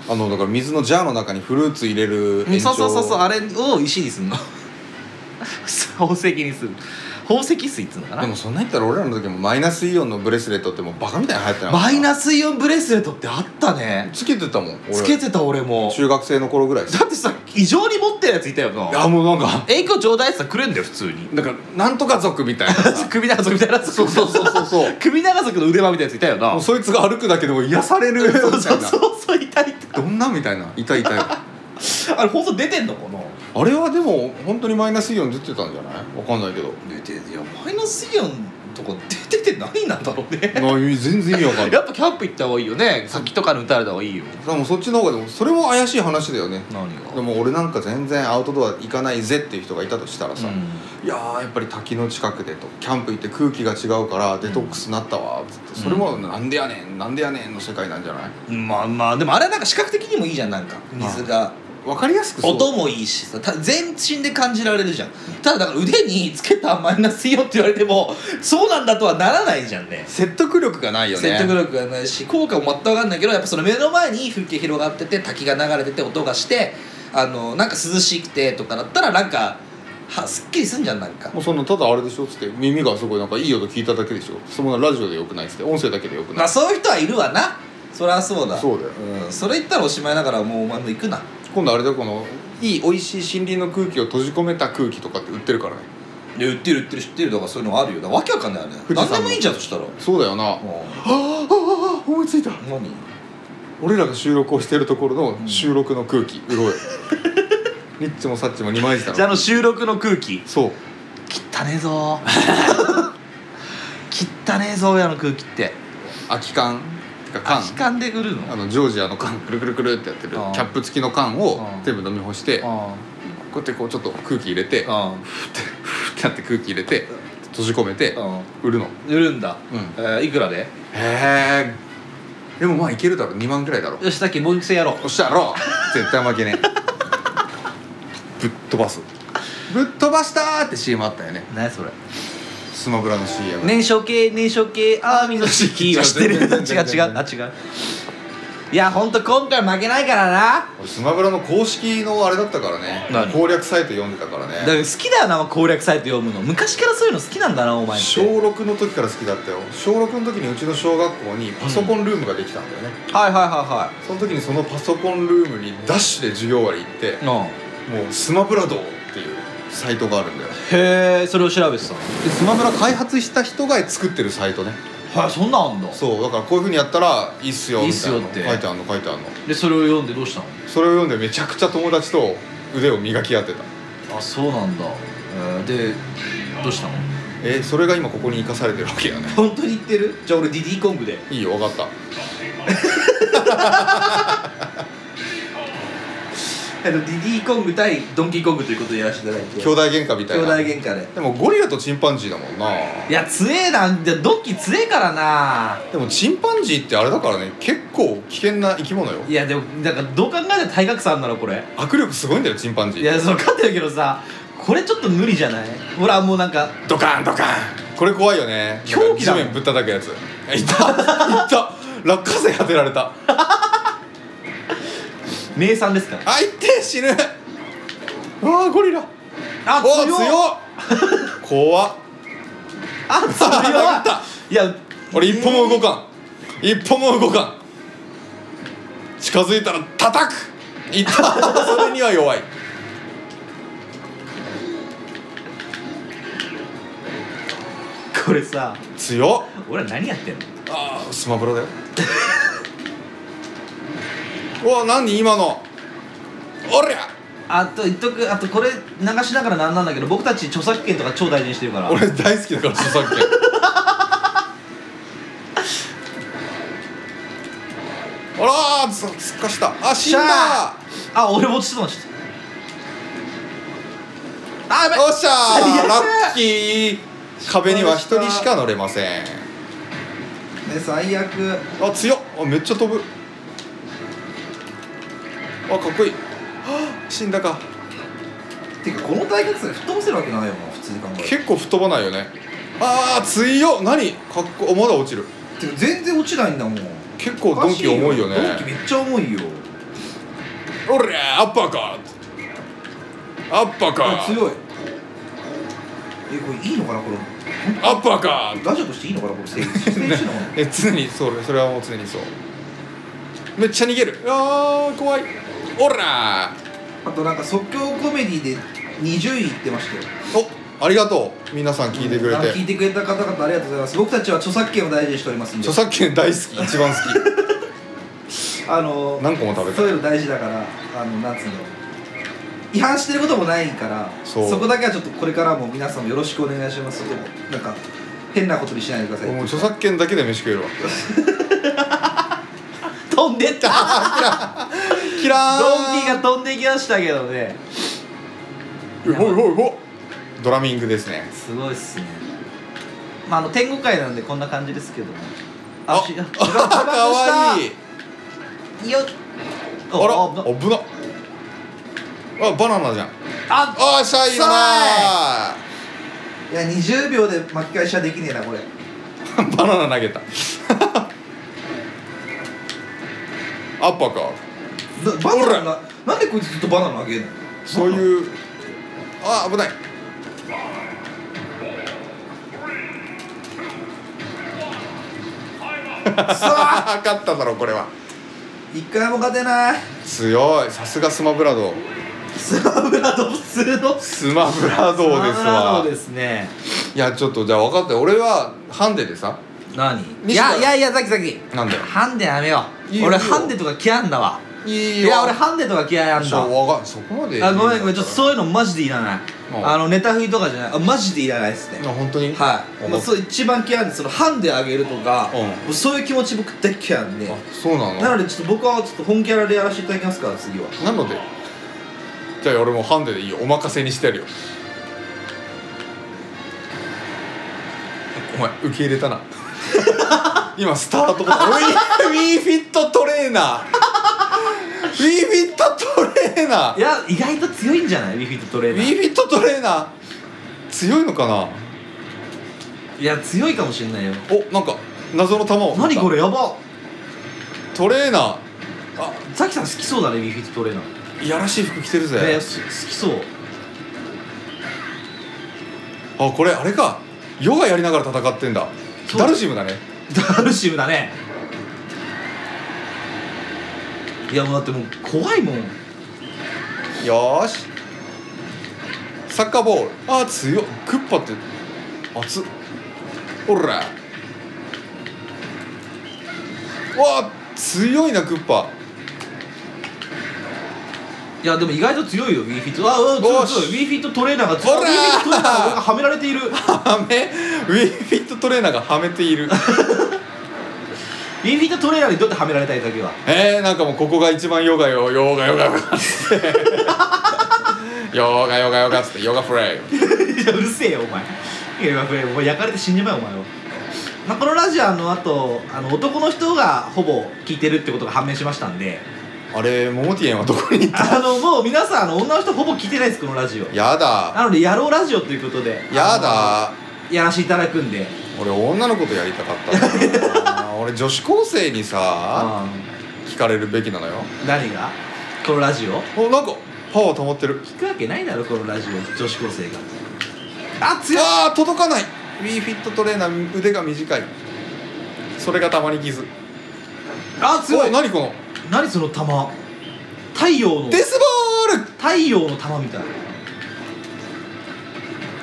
Speaker 2: あのだから水のジャーの中にフルーツ入れる
Speaker 1: そうそうそうそう
Speaker 2: う
Speaker 1: あれを石にすんの [laughs] 宝石にする宝石水っつうのか
Speaker 2: で
Speaker 1: な
Speaker 2: もそんなん言ったら俺らの時もマイナスイオンのブレスレットってもうバカみたいに流行ってなかった
Speaker 1: マイナスイオンブレスレットってあったね
Speaker 2: つけてたもん俺
Speaker 1: つけてた俺も
Speaker 2: 中学生の頃ぐらい
Speaker 1: だってさ異常に持ってるやついたよな
Speaker 2: あもうなん [laughs] か
Speaker 1: 影響ちょうだいってさくれんだよ普通に
Speaker 2: なんかなんとか族みたいな
Speaker 1: 首長族みたいなやつ
Speaker 2: そうそう [laughs] そうそうそう
Speaker 1: [laughs] 首長族の腕輪みたいなやついたよな
Speaker 2: もうそいつが歩くだけでも癒されるみたい
Speaker 1: そうそう
Speaker 2: な
Speaker 1: そうそういたい
Speaker 2: どんなみたいないたいたよ
Speaker 1: たあれ本当出てんのかな
Speaker 2: あれはでも本当にマイナスイオン出てたんじゃないわかんないけど
Speaker 1: 出ていやマイナスイオンとか出てて何なんだろうね
Speaker 2: な全然意味わか
Speaker 1: [laughs]
Speaker 2: んない
Speaker 1: やっぱキャンプ行った方がいいよね先とかに打たれた方がいいよ
Speaker 2: でもそっちの方がでもそれも怪しい話だよね
Speaker 1: 何
Speaker 2: でも俺なんか全然アウトドア行かないぜっていう人がいたとしたらさ、いやーやっぱり滝の近くでとキャンプ行って空気が違うからデトックスなったわっつって、それもなんでやねんなんでやねんの世界なんじゃない
Speaker 1: うん、まあまあでもあれはなんか視覚的にもいいじゃんなんか水が
Speaker 2: わかりやすくそう
Speaker 1: 音もいいしさた全身で感じられるじゃんただだから腕につけたマイナスイオンって言われてもそうなんだとはならないじゃんね
Speaker 2: 説得力がないよね
Speaker 1: 説得力がないし効果も全く分かんないけどやっぱその目の前に風景広がってて滝が流れてて音がしてあのなんか涼しくてとかだったらなんかはすっきりすんじゃんなんか
Speaker 2: もうそんなただあれでしょっつって耳がすごいなんかいい音聞いただけでしょそんなラジオでよくないっつって音声だけでよく
Speaker 1: ま
Speaker 2: ない
Speaker 1: あそういう人はいるわなそりゃそうだ
Speaker 2: そうだよ
Speaker 1: うん、それ言ったらおしまいだからもうお前も行くな
Speaker 2: 今度あれだよこのいい美味しい森林の空気を閉じ込めた空気とかって売ってるからね
Speaker 1: いや売ってる売ってる知ってるとかそういうのあるよだからわけわかんないよね
Speaker 2: 富士
Speaker 1: 何
Speaker 2: 山の
Speaker 1: でもいいじゃんそしたらも
Speaker 2: そうだよな、
Speaker 1: う
Speaker 2: あ思いついた
Speaker 1: 何
Speaker 2: 俺らが収録をしてるところの収録の空気、うろ [laughs] うよニッチもサッチも二枚舌の
Speaker 1: の収録の空気
Speaker 2: そう
Speaker 1: 汚ねえ [laughs] ぞ汚ねえぞ親の空気って
Speaker 2: 空き缶てか
Speaker 1: 空
Speaker 2: 缶
Speaker 1: き缶で売るの
Speaker 2: あのジョージアの缶くるくるくるってやってるキ
Speaker 1: あ
Speaker 2: ャ
Speaker 1: あ
Speaker 2: ップ付きの缶を
Speaker 1: ああ
Speaker 2: 全部飲み干してこ
Speaker 1: あ
Speaker 2: うやってこうちょっと空気入れてふ
Speaker 1: あ
Speaker 2: ってなって空気入れて閉じ込めて
Speaker 1: あ
Speaker 2: 売るの
Speaker 1: 売るんだ、
Speaker 2: うん
Speaker 1: えーいくらで
Speaker 2: へえでもまあいけるだろ2万ぐらいだろ
Speaker 1: よしさっきもう一戦やろう
Speaker 2: おっしゃろ絶対負けねえぶっ飛ばすぶっ飛ばしたーって CM あったよね
Speaker 1: 何それ
Speaker 2: スマブラの CM
Speaker 1: 燃焼系燃焼系アーミーの時期は知ってる違う違うあ違ういやほんと今回負けないからな
Speaker 2: 俺スマブラの公式のあれだったからね
Speaker 1: 何
Speaker 2: 攻略サイト読んでたから
Speaker 1: だから
Speaker 2: ね
Speaker 1: 好きだよな攻略サイト読むの昔からそういうの好きなんだなお前って
Speaker 2: 小6の時から好きだったよ小6の時にうちの小学校にパソコンルームができたんだよね、
Speaker 1: はいはいは
Speaker 2: その時にそのパソコンルームにダッシュで授業終わり行って
Speaker 1: いはい
Speaker 2: もうスマブラ道っていうサイトがあるんだよ
Speaker 1: うんへえそれを調べてたの
Speaker 2: でスマブラ開発した人が作ってるサイトね
Speaker 1: はいそんなんあんだ
Speaker 2: そうだからこういうふうにやったらいいっす
Speaker 1: い
Speaker 2: よ
Speaker 1: いっ
Speaker 2: み
Speaker 1: す
Speaker 2: たいな
Speaker 1: よ
Speaker 2: の
Speaker 1: って
Speaker 2: 書いてあんの書いてあんの
Speaker 1: でそれを読んでどうしたの
Speaker 2: それを読んでめちゃくちゃ友達と腕を磨き合ってた
Speaker 1: あそうなんだ、えーでどうしたの
Speaker 2: えーそれが今ここに生かされてるわけやね [laughs]
Speaker 1: 本当に言ってるじゃあ俺ディディコングで
Speaker 2: いいよ分かった
Speaker 1: あのディディコング対ドンキーコングということでやらせていただいて
Speaker 2: 兄弟喧嘩みたいな
Speaker 1: 喧嘩で
Speaker 2: でもゴリラとチンパンジーだもんない
Speaker 1: や強えなじゃあドンキ強えからな
Speaker 2: でもチンパンジーってあれだからね結構危険な生き物よ
Speaker 1: いやでもなんかどう考えても体格差あんだろこれ
Speaker 2: 握力すごいんだよチンパンジ
Speaker 1: い
Speaker 2: ー
Speaker 1: やその勝ってるけどさこれちょっと無理じゃないほらもうなんか
Speaker 2: ドカーンドカーンこれ怖いよね
Speaker 1: 狂気だ
Speaker 2: 地面ぶったたくやついたいた落花生当てられた
Speaker 1: 名産ですから
Speaker 2: あいってえ死ぬあーゴリラ
Speaker 1: あ
Speaker 2: おー
Speaker 1: 強っ
Speaker 2: 強っ怖っ
Speaker 1: あ
Speaker 2: 殴っ
Speaker 1: 強
Speaker 2: た
Speaker 1: いいや
Speaker 2: 俺一歩も動かん、一歩も動かん近づいたら叩くいった [laughs] それには弱い
Speaker 1: これさ
Speaker 2: 強っ
Speaker 1: 俺ら何やってんの
Speaker 2: あースマブラだよ [laughs] うわ何今のおりゃ
Speaker 1: あと言っとくあとこれ流しながらなんなんだけど僕たち著作権とか超大事にしてるから
Speaker 2: 俺大好きだから著作権 [laughs] あらーつ突っかしたあ死んだ
Speaker 1: あ俺もちょっと待ってあやべ
Speaker 2: おっしゃ
Speaker 1: や
Speaker 2: ー
Speaker 1: った
Speaker 2: ラッキー壁には一人しか乗れません
Speaker 5: ね最悪
Speaker 2: あ強っあめっちゃ飛ぶあかっこいいはあ死んだか
Speaker 5: てかこの大学生吹っ飛ばせるわけないよな普通に考えて
Speaker 2: 結構吹っ飛ばないよねあー強っ何かっこまだ落ちる
Speaker 5: てか全然落ちないんだもん
Speaker 2: 結構ドンキ重いよね
Speaker 5: おかしドンキめっちゃ重いよ
Speaker 2: おりゃーアッパーかアッパーか
Speaker 5: 強いえこれいいのかなこれ
Speaker 2: アッパーか
Speaker 5: ラジオとしていいのかなこれ成立してるのかな
Speaker 2: え常にそうそれはもう常にそうめっちゃ逃げるあー怖いおらー
Speaker 5: [laughs] あとなんか即興コメディで20位いってましたよ
Speaker 2: おありがとう皆さん聞いてくれ
Speaker 5: あ
Speaker 2: て、
Speaker 5: 聞いてくれた方々ありがとうございます僕たちは著作権を大事にしておりますんで
Speaker 2: 著作権大好き一番好き
Speaker 5: あの
Speaker 2: 何個も食べた
Speaker 5: そういうの大事だからあの夏の違反してることもないから
Speaker 2: そう
Speaker 5: こだけはちょっとこれからも皆さんもよろしくお願いしますでもなんか変なことにしないでください
Speaker 2: [laughs] もう著作権だけで飯食えるわ
Speaker 1: 飛んでった
Speaker 2: キラーン
Speaker 1: ドンキーが飛んでいきましたけどね
Speaker 2: ほいほいほいドラミングですね
Speaker 1: すごいっすねまああの天狗界なんでこんな感じですけども
Speaker 2: あ
Speaker 1: し
Speaker 2: あかわいい
Speaker 1: いよっ
Speaker 2: あ
Speaker 1: お
Speaker 2: ら
Speaker 1: お
Speaker 2: 危なあバナナじゃん
Speaker 1: あ
Speaker 2: あシャイだ
Speaker 5: いや20秒で巻き返しはできねえなこれ
Speaker 2: なーバナナ投げたアッパーか
Speaker 5: なバナナななんでこいつずっとバナナあげんの
Speaker 2: そういうあ危ないさあ [laughs] 勝っただろこれは
Speaker 5: 一回も勝てない
Speaker 2: 強いさすがスマブラ道
Speaker 1: スマブラド普通のス
Speaker 2: スマブラ道で
Speaker 1: マ
Speaker 2: す
Speaker 1: ブラ
Speaker 2: わ
Speaker 1: ドですね
Speaker 2: いやちょっとじゃあ分かった俺はハンデでさ
Speaker 1: 何い
Speaker 2: 西
Speaker 1: や
Speaker 2: 田
Speaker 1: いやいやザキザキ
Speaker 2: なんだよ
Speaker 1: ハンデやめよ
Speaker 2: いいうよ
Speaker 1: 俺ハンデとか嫌いんだわ
Speaker 2: いい
Speaker 1: いや俺ハンデとか嫌いなん
Speaker 2: ちょ
Speaker 1: だ
Speaker 2: わかんそこまで
Speaker 1: あごめんごめんちょっと
Speaker 2: う
Speaker 1: そういうのマジでいらない
Speaker 2: うん
Speaker 1: あのネタ振りとかじゃないあマジでいらないっすね
Speaker 2: 本当に
Speaker 5: はい、ま
Speaker 2: ま
Speaker 5: あ、
Speaker 2: あ、
Speaker 5: そ
Speaker 2: そう
Speaker 5: 一番嫌いなんでそのハンデあげるとか、
Speaker 2: うん
Speaker 5: もうそういう気持ち僕大っ嫌いなんで
Speaker 2: うなの
Speaker 5: なのでちょっと僕はちょっと本キャラでやらせていただきますから次は
Speaker 2: なのでじゃあ俺もうハンデでいいよお任せにしてやるよお前受け入れたな今スタートボタンウィーウィーフィットトレーナーウィーフィットトレーナー
Speaker 1: いや意外と強いんじゃないウィフィットトレ
Speaker 2: ウ
Speaker 1: ーナ
Speaker 2: ィ
Speaker 1: ー
Speaker 2: ーフィットトレーナー強いのかな
Speaker 1: いや強いかもしれないよ
Speaker 2: おなんか謎の球を
Speaker 1: 何これやば
Speaker 2: トレーナ
Speaker 1: ザキさん好きそうだねビフィットトレーナー
Speaker 2: ーいやらしい服着てるぜ、
Speaker 1: ねす好きそう
Speaker 2: あこれあれかヨガやりながら戦ってんだ
Speaker 1: そう
Speaker 2: ダルシムだね
Speaker 1: ダルシムだねいやもうだってもう怖いもん
Speaker 2: よーしサッカーボールあー強っクッパって熱っおらわー強いなクッパ
Speaker 1: いやでも意外と強いよ w ィ f ィットあうん強
Speaker 2: よ
Speaker 1: い
Speaker 2: し
Speaker 1: 強い w ィ f ィットトレーナーが強い
Speaker 2: ほ
Speaker 1: w
Speaker 2: ら
Speaker 1: i f
Speaker 2: ー
Speaker 1: ィットトレーナーが俺がはめられている w
Speaker 2: はめウィーフィットトレーナーがはめている
Speaker 1: ィ
Speaker 2: [laughs]
Speaker 1: f ィットトレーナーにどうやってはめられたいだけは
Speaker 2: えー、なんかもうここが一番ヨガよヨガヨガヨガつって [laughs] ヨガヨガヨガっつってヨガフレイム
Speaker 1: いやうるせえよお前いやこれお前焼かれて死んじまえお前は、まあ、このラジオあのあとあの男の人がほぼ聞いてるってことが判明しましたんで
Speaker 2: あれモモティエンはどこに行った
Speaker 1: あのもう皆さんあの女の人ほぼ聞いてないですこのラジオ
Speaker 2: やだ
Speaker 1: なのでやろうラジオということで
Speaker 2: やだ
Speaker 1: あのやらせていただくんで
Speaker 2: 俺女の子とやりたかったな
Speaker 1: [laughs]
Speaker 2: 俺女子高生にさ
Speaker 1: あ
Speaker 2: 聞かれるべきなのよ
Speaker 1: 何がこのラジオ
Speaker 2: おなんかパワー溜まってる
Speaker 1: 聞くわけないだろこのラジオ女子高生があ強い
Speaker 2: あー届かないウィーフィットトレーナー腕が短いそれがたまに傷
Speaker 1: あ強
Speaker 2: お
Speaker 1: い
Speaker 2: 何この
Speaker 1: 何その玉太陽の
Speaker 2: デスボール
Speaker 1: 太陽の玉みたいな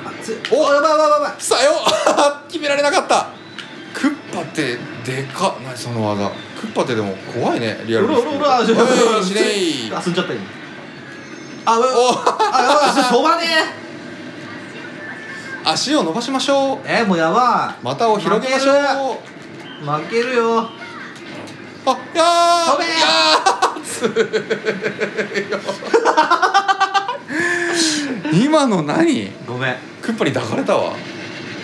Speaker 1: あ強いおやばいやばいやばい
Speaker 2: さよ [laughs] 決められなかったクッパってでかっ何その技クッパってでも怖いねリアル
Speaker 1: おらおらおらあ
Speaker 2: おい
Speaker 1: ちょ
Speaker 2: しねい
Speaker 1: 遊んじゃった今あう
Speaker 2: お
Speaker 1: あやばいちょっと飛ばね
Speaker 2: 足を伸ばしましょう
Speaker 1: ええもうやば
Speaker 2: 股を広げましょう
Speaker 1: 負い負けるよ
Speaker 2: あやー
Speaker 1: 飛べ
Speaker 2: やー強いよ今の何
Speaker 1: ごめん
Speaker 2: クッパに抱かれたわ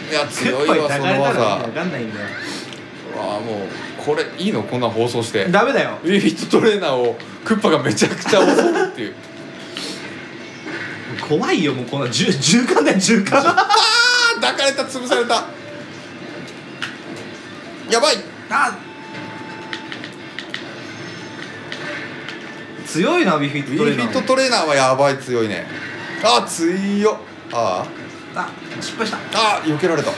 Speaker 2: いや強いわその技
Speaker 1: わかんないんだよ
Speaker 2: わあもうこれいいのこんな放送して
Speaker 1: ダメだよ
Speaker 2: ウィフィットトレーナーをクッパがめちゃくちゃ襲うっていう
Speaker 1: 怖いよもうこんな銃銃巻だよ銃巻
Speaker 2: あー抱かれた潰されたやばい
Speaker 1: あ強いなビフィ
Speaker 2: ウ
Speaker 1: ット
Speaker 2: ィ
Speaker 1: トレー
Speaker 2: フ
Speaker 1: ナ
Speaker 2: ィ
Speaker 1: ー
Speaker 2: ットトレーナーはやばい強いねあー強っあー
Speaker 1: あ失敗した
Speaker 2: あー避けられた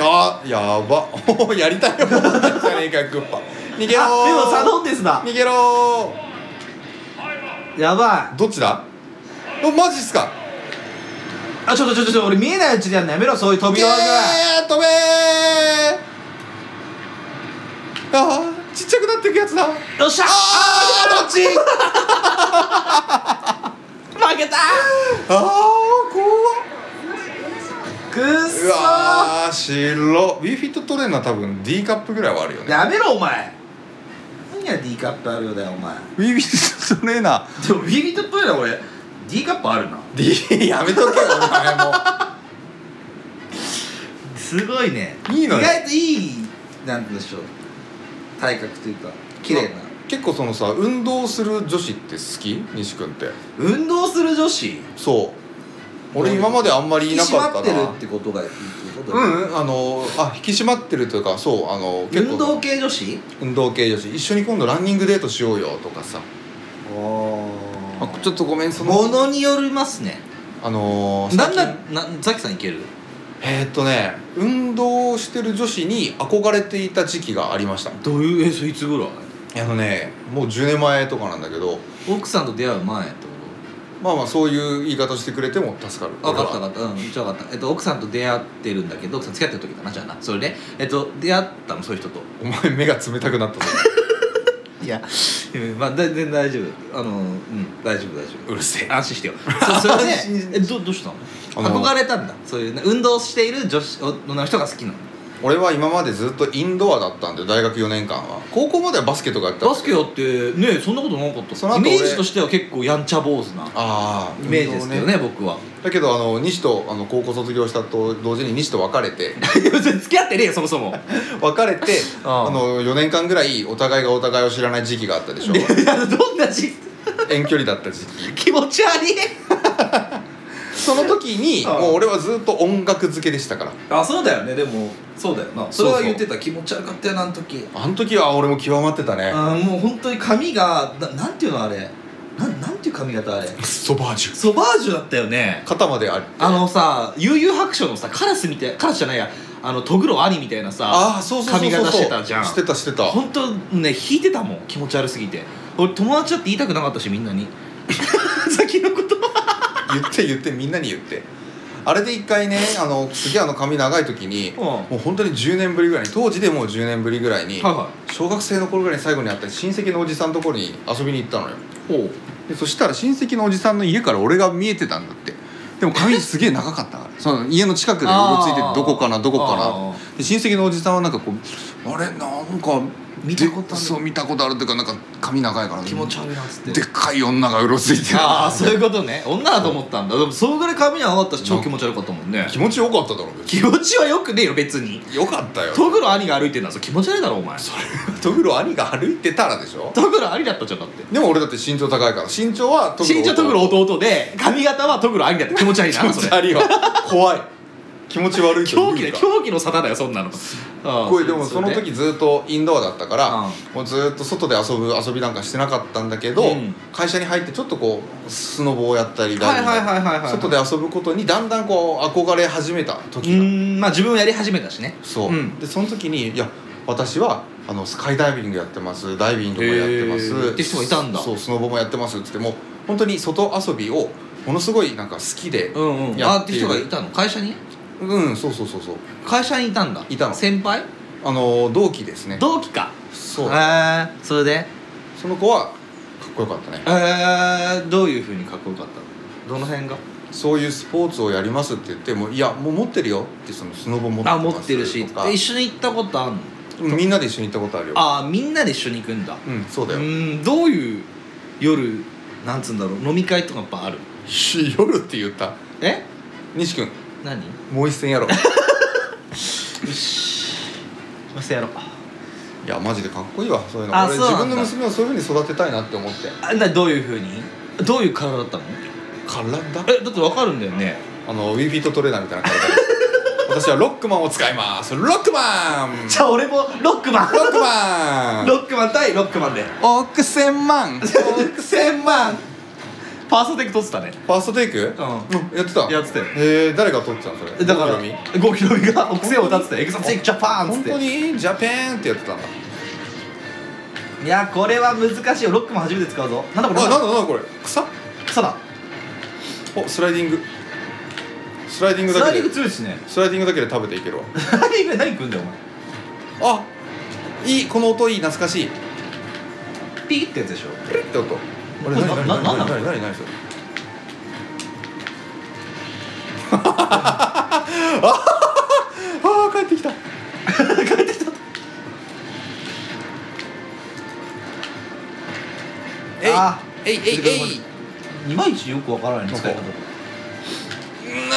Speaker 2: あーやばおーやりたいよじゃねえかよクッパ逃げろー
Speaker 1: あでもサドンデスだ
Speaker 2: 逃げろ
Speaker 1: やば
Speaker 2: ーどっちだおマジっすか
Speaker 1: いあちょっとちょっとちょっと俺見えないうちでやんのやめろそういう飛び
Speaker 2: げ
Speaker 1: 道具
Speaker 2: ー飛べーあーちっちゃくなっていくやつだ
Speaker 1: よっしゃ
Speaker 2: あーどっち
Speaker 1: 負けた
Speaker 2: あー怖っ
Speaker 1: くっ
Speaker 2: う
Speaker 1: そー
Speaker 2: わー白ウィーフィットトレーナー多分 D カップぐらいはあるよね
Speaker 1: やめろお前何が D カップあるようだよお前
Speaker 2: ウィーフィットトレーナー
Speaker 1: でもビビットっぽいな俺 D カップあるな
Speaker 2: D やめとけよお前も
Speaker 1: すごいね
Speaker 2: いいのよ
Speaker 1: 意外といいなんて言うんでしょう体格というか綺麗な
Speaker 2: 結構そのさ運動する女子って好き西君って
Speaker 1: 運動する女子
Speaker 2: そう俺今まであんまりい
Speaker 1: 引き
Speaker 2: な
Speaker 1: 締
Speaker 2: か
Speaker 1: ま
Speaker 2: っ
Speaker 1: ったてる
Speaker 2: な
Speaker 1: ってことがいいってこと、
Speaker 2: うんうんあのあ引き締まってるというかそうあの結構
Speaker 1: 運動系女子
Speaker 2: 運動系女子一緒に今度ランニングデートしようよとかさあちょっとごめんそ
Speaker 1: もの
Speaker 2: の
Speaker 1: によりますね
Speaker 2: あのー
Speaker 1: なんだ
Speaker 2: 最近
Speaker 1: なザキさんいける
Speaker 2: えーっとね運動してる女子に憧れていた時期がありました
Speaker 1: どういうえそいつぐらい
Speaker 2: あのねもう10年前とかなんだけど
Speaker 1: 奥さんと出会う前ってこ
Speaker 2: まあまあそういう言い方してくれても助かる
Speaker 1: と分かった分か
Speaker 2: っ
Speaker 1: ったうん分かった、えっと、奥さんと出会ってるんだけど奥さん付き合ってる時だなじゃあなそれで、えっと、出会ったのそういう人と
Speaker 2: たお前目が冷たくなったぞ
Speaker 1: [laughs] いや、うんまあ、全然大丈夫あのうん大丈夫大丈夫
Speaker 2: うるせえ
Speaker 1: 安心してよそそれでえどどうしたの
Speaker 2: あの
Speaker 1: 憧れたんだそういうね運動している女子女の人が好きなの
Speaker 2: 俺は今までずっとインドアだったんで大学4年間は高校まではバスケとかやってた
Speaker 1: バスケやってねそんなことなかった
Speaker 2: その後
Speaker 1: イ
Speaker 2: 俺
Speaker 1: メージとしては結構やんちゃ坊主な
Speaker 2: ああ
Speaker 1: イメージですけどね僕は
Speaker 2: だけどあの西とあの高校卒業したと同時に西と別れ
Speaker 1: [laughs]
Speaker 2: て
Speaker 1: 付き合ってねえよそもそも
Speaker 2: 別れて
Speaker 1: あ
Speaker 2: あ
Speaker 1: あ
Speaker 2: の4年間ぐらいお互いがお互いを知らない時期があったでしょ
Speaker 1: どんなじ [laughs]
Speaker 2: 遠距離だった時期
Speaker 1: 気持ち悪い
Speaker 2: その時に
Speaker 8: ああ
Speaker 2: もう俺はずっと音楽漬けでしたから
Speaker 5: あそうだよねでもそうだよなそれは言ってた気持ち悪かったよなあの時
Speaker 2: あの時は俺も極まってたね
Speaker 5: あーもう本当に髪がななんていうのあれなんなんていう髪型あれ
Speaker 2: クソバージュ
Speaker 5: ソバージュだったよね
Speaker 2: 肩まである
Speaker 1: あのさ悠々白書のさカラスみたいカラスじゃないやあのトグロアリみたいなさ
Speaker 2: ああそうそうそうそう
Speaker 1: 髪型してたじゃん
Speaker 2: してたしてた
Speaker 1: 本当ね引いてたもん気持ち悪すぎて俺友達だって言いたくなかったしみん
Speaker 5: [laughs]
Speaker 1: なに先のこと
Speaker 2: 言って言ってみんなに言ってあれで一回ねあのすげえあの髪長い時にもう本当に10年ぶりぐらいに当時でもう10年ぶりぐらいに
Speaker 1: は
Speaker 2: 小学生の頃ぐらいに最後に会った親戚のおじさんのところに遊びに行ったのよ
Speaker 1: いはい
Speaker 2: でそしたら親戚のおじさんの家から俺が見えてたんだってでも髪すげえ長かったからその家の近くでうろついてて
Speaker 1: あー
Speaker 2: どこかなどこか
Speaker 1: あ
Speaker 2: なで親戚のおじさんはなんかこう「あれなんか
Speaker 1: 見たことある
Speaker 2: でそう見たことある」っていうかなんか髪長いから
Speaker 1: 気持ち悪いなっつって
Speaker 2: でっかい女がうろついてる
Speaker 1: ああそういうことね女だと思ったんだでもそのぐらい髪は上がったし超気持ち悪かったもんね
Speaker 2: 気持ちよかっただろ別
Speaker 1: 気持ちはよくねえよ別に
Speaker 2: によかったよ
Speaker 1: トグロ兄が歩いてんだぞ気持ち悪いだろお前
Speaker 2: トグロ兄が歩いてたらでしょ
Speaker 1: トグロ兄だったじゃんだって
Speaker 2: でも俺だって身長高いから身長はトグロ
Speaker 1: 身長トグロ弟で髪型はトグロ兄だって気持ち悪い
Speaker 2: [laughs] 気
Speaker 1: な
Speaker 2: 持
Speaker 1: そ
Speaker 2: ち
Speaker 1: れ
Speaker 2: 悪いわ怖い気持ち悪いと
Speaker 1: 狂気
Speaker 2: い
Speaker 1: だ
Speaker 2: うか
Speaker 1: 狂気の沙汰だよそんなの
Speaker 2: こ
Speaker 1: こ
Speaker 2: れでもその時ずっとインドアだったから、
Speaker 1: うん
Speaker 2: もうずっと外で遊ぶ遊びなんかしてなかったんだけど、
Speaker 1: うん
Speaker 2: 会社に入ってちょっとこうスノボをやったりライブ
Speaker 1: はいはいはいはいはいはい
Speaker 2: 外で遊ぶことにだんだんこう憧れ始めた
Speaker 1: う
Speaker 2: 時
Speaker 1: ー
Speaker 2: が、
Speaker 1: んまあ自分をやり始めたしね
Speaker 2: そう、
Speaker 1: うん
Speaker 2: でその時にいや私はあのスカイダイビングやってますダイビングもやってま
Speaker 1: へ
Speaker 2: す
Speaker 1: ーって人もいたんだ
Speaker 2: そうスノボもやってますっつってもう本当に外遊びをものすごいなんか好きで
Speaker 1: うんうんあ
Speaker 2: や
Speaker 1: ーって人がいたの会社に
Speaker 2: うんそうそうそうそう
Speaker 1: 会社にいたんだ
Speaker 2: いたの
Speaker 1: 先輩
Speaker 2: あの同期ですね
Speaker 1: 同期か
Speaker 2: そ
Speaker 1: へ
Speaker 2: う
Speaker 1: えそれで
Speaker 2: その子はかっこよかったね
Speaker 1: えーどういうふうにかっこよかったのどの辺が
Speaker 2: そういうスポーツをやりますって言っても「いやもう持ってるよ」ってそのスノボ持ってま
Speaker 1: あ
Speaker 2: す
Speaker 1: 持ってるし
Speaker 2: とか
Speaker 1: え一緒に行ったことあるの
Speaker 2: うんみんなで一緒に行ったことあるよ
Speaker 1: あーみんなで一緒に行くんだ
Speaker 2: うんそうだ
Speaker 1: う
Speaker 2: よ、
Speaker 1: んどういう夜なんつうんだろう飲み会とかやっぱある
Speaker 2: し [laughs] 夜って言った
Speaker 1: え
Speaker 2: 西君
Speaker 1: 何
Speaker 2: もう一戦やろう
Speaker 8: ませやろ
Speaker 2: いやマジでかっこいいわそういうの
Speaker 1: あ
Speaker 2: 俺
Speaker 1: そう
Speaker 2: 自
Speaker 1: なんだ
Speaker 2: 分の娘をそういうふうに育てたいなって思って
Speaker 1: あなどういうふうにどういう体だったの
Speaker 2: 体
Speaker 1: えだってわかるんだよね
Speaker 2: あのウィーフィットトレーナーみたいな [laughs] 体です私はロックマンを使いますロックマン
Speaker 8: じゃあ俺もロックマン
Speaker 2: ロッ
Speaker 1: [laughs]
Speaker 2: クマン
Speaker 8: ロックマン対ロックマンで
Speaker 2: 億千万
Speaker 8: 億千万
Speaker 1: パーソテック撮ってたね
Speaker 2: ファーストテイク、うん、やってた
Speaker 8: やってたよ
Speaker 2: えー、誰が撮ってたのそれ
Speaker 8: だから
Speaker 2: ゴキロミ
Speaker 8: ゴキロミが億千を立ててエグザチックジャパンっつ
Speaker 2: 本
Speaker 8: って
Speaker 2: 当にジャペンってやってたんだ
Speaker 8: いやこれは難しいよロックマン初めて使うぞなんだ
Speaker 2: あ
Speaker 8: こ
Speaker 2: なん
Speaker 8: れ
Speaker 2: だなんだこれ草
Speaker 8: 草だ
Speaker 2: おスライディングスライディング
Speaker 8: ス
Speaker 2: だ
Speaker 8: ライ
Speaker 2: け
Speaker 8: ディン
Speaker 2: で
Speaker 8: グ強いしね
Speaker 2: スライディングだけで食べていけるわ
Speaker 8: スライディングで何食うんだよお前
Speaker 2: あいいこの音いい懐かしい
Speaker 8: ピーってやつでしょ
Speaker 2: プルって音
Speaker 8: これななななんだ
Speaker 2: 何何何それああ帰ってきた帰ってきた
Speaker 8: あ
Speaker 2: えいえいえいえい
Speaker 8: いまいちよくわからないね使い方
Speaker 2: なんな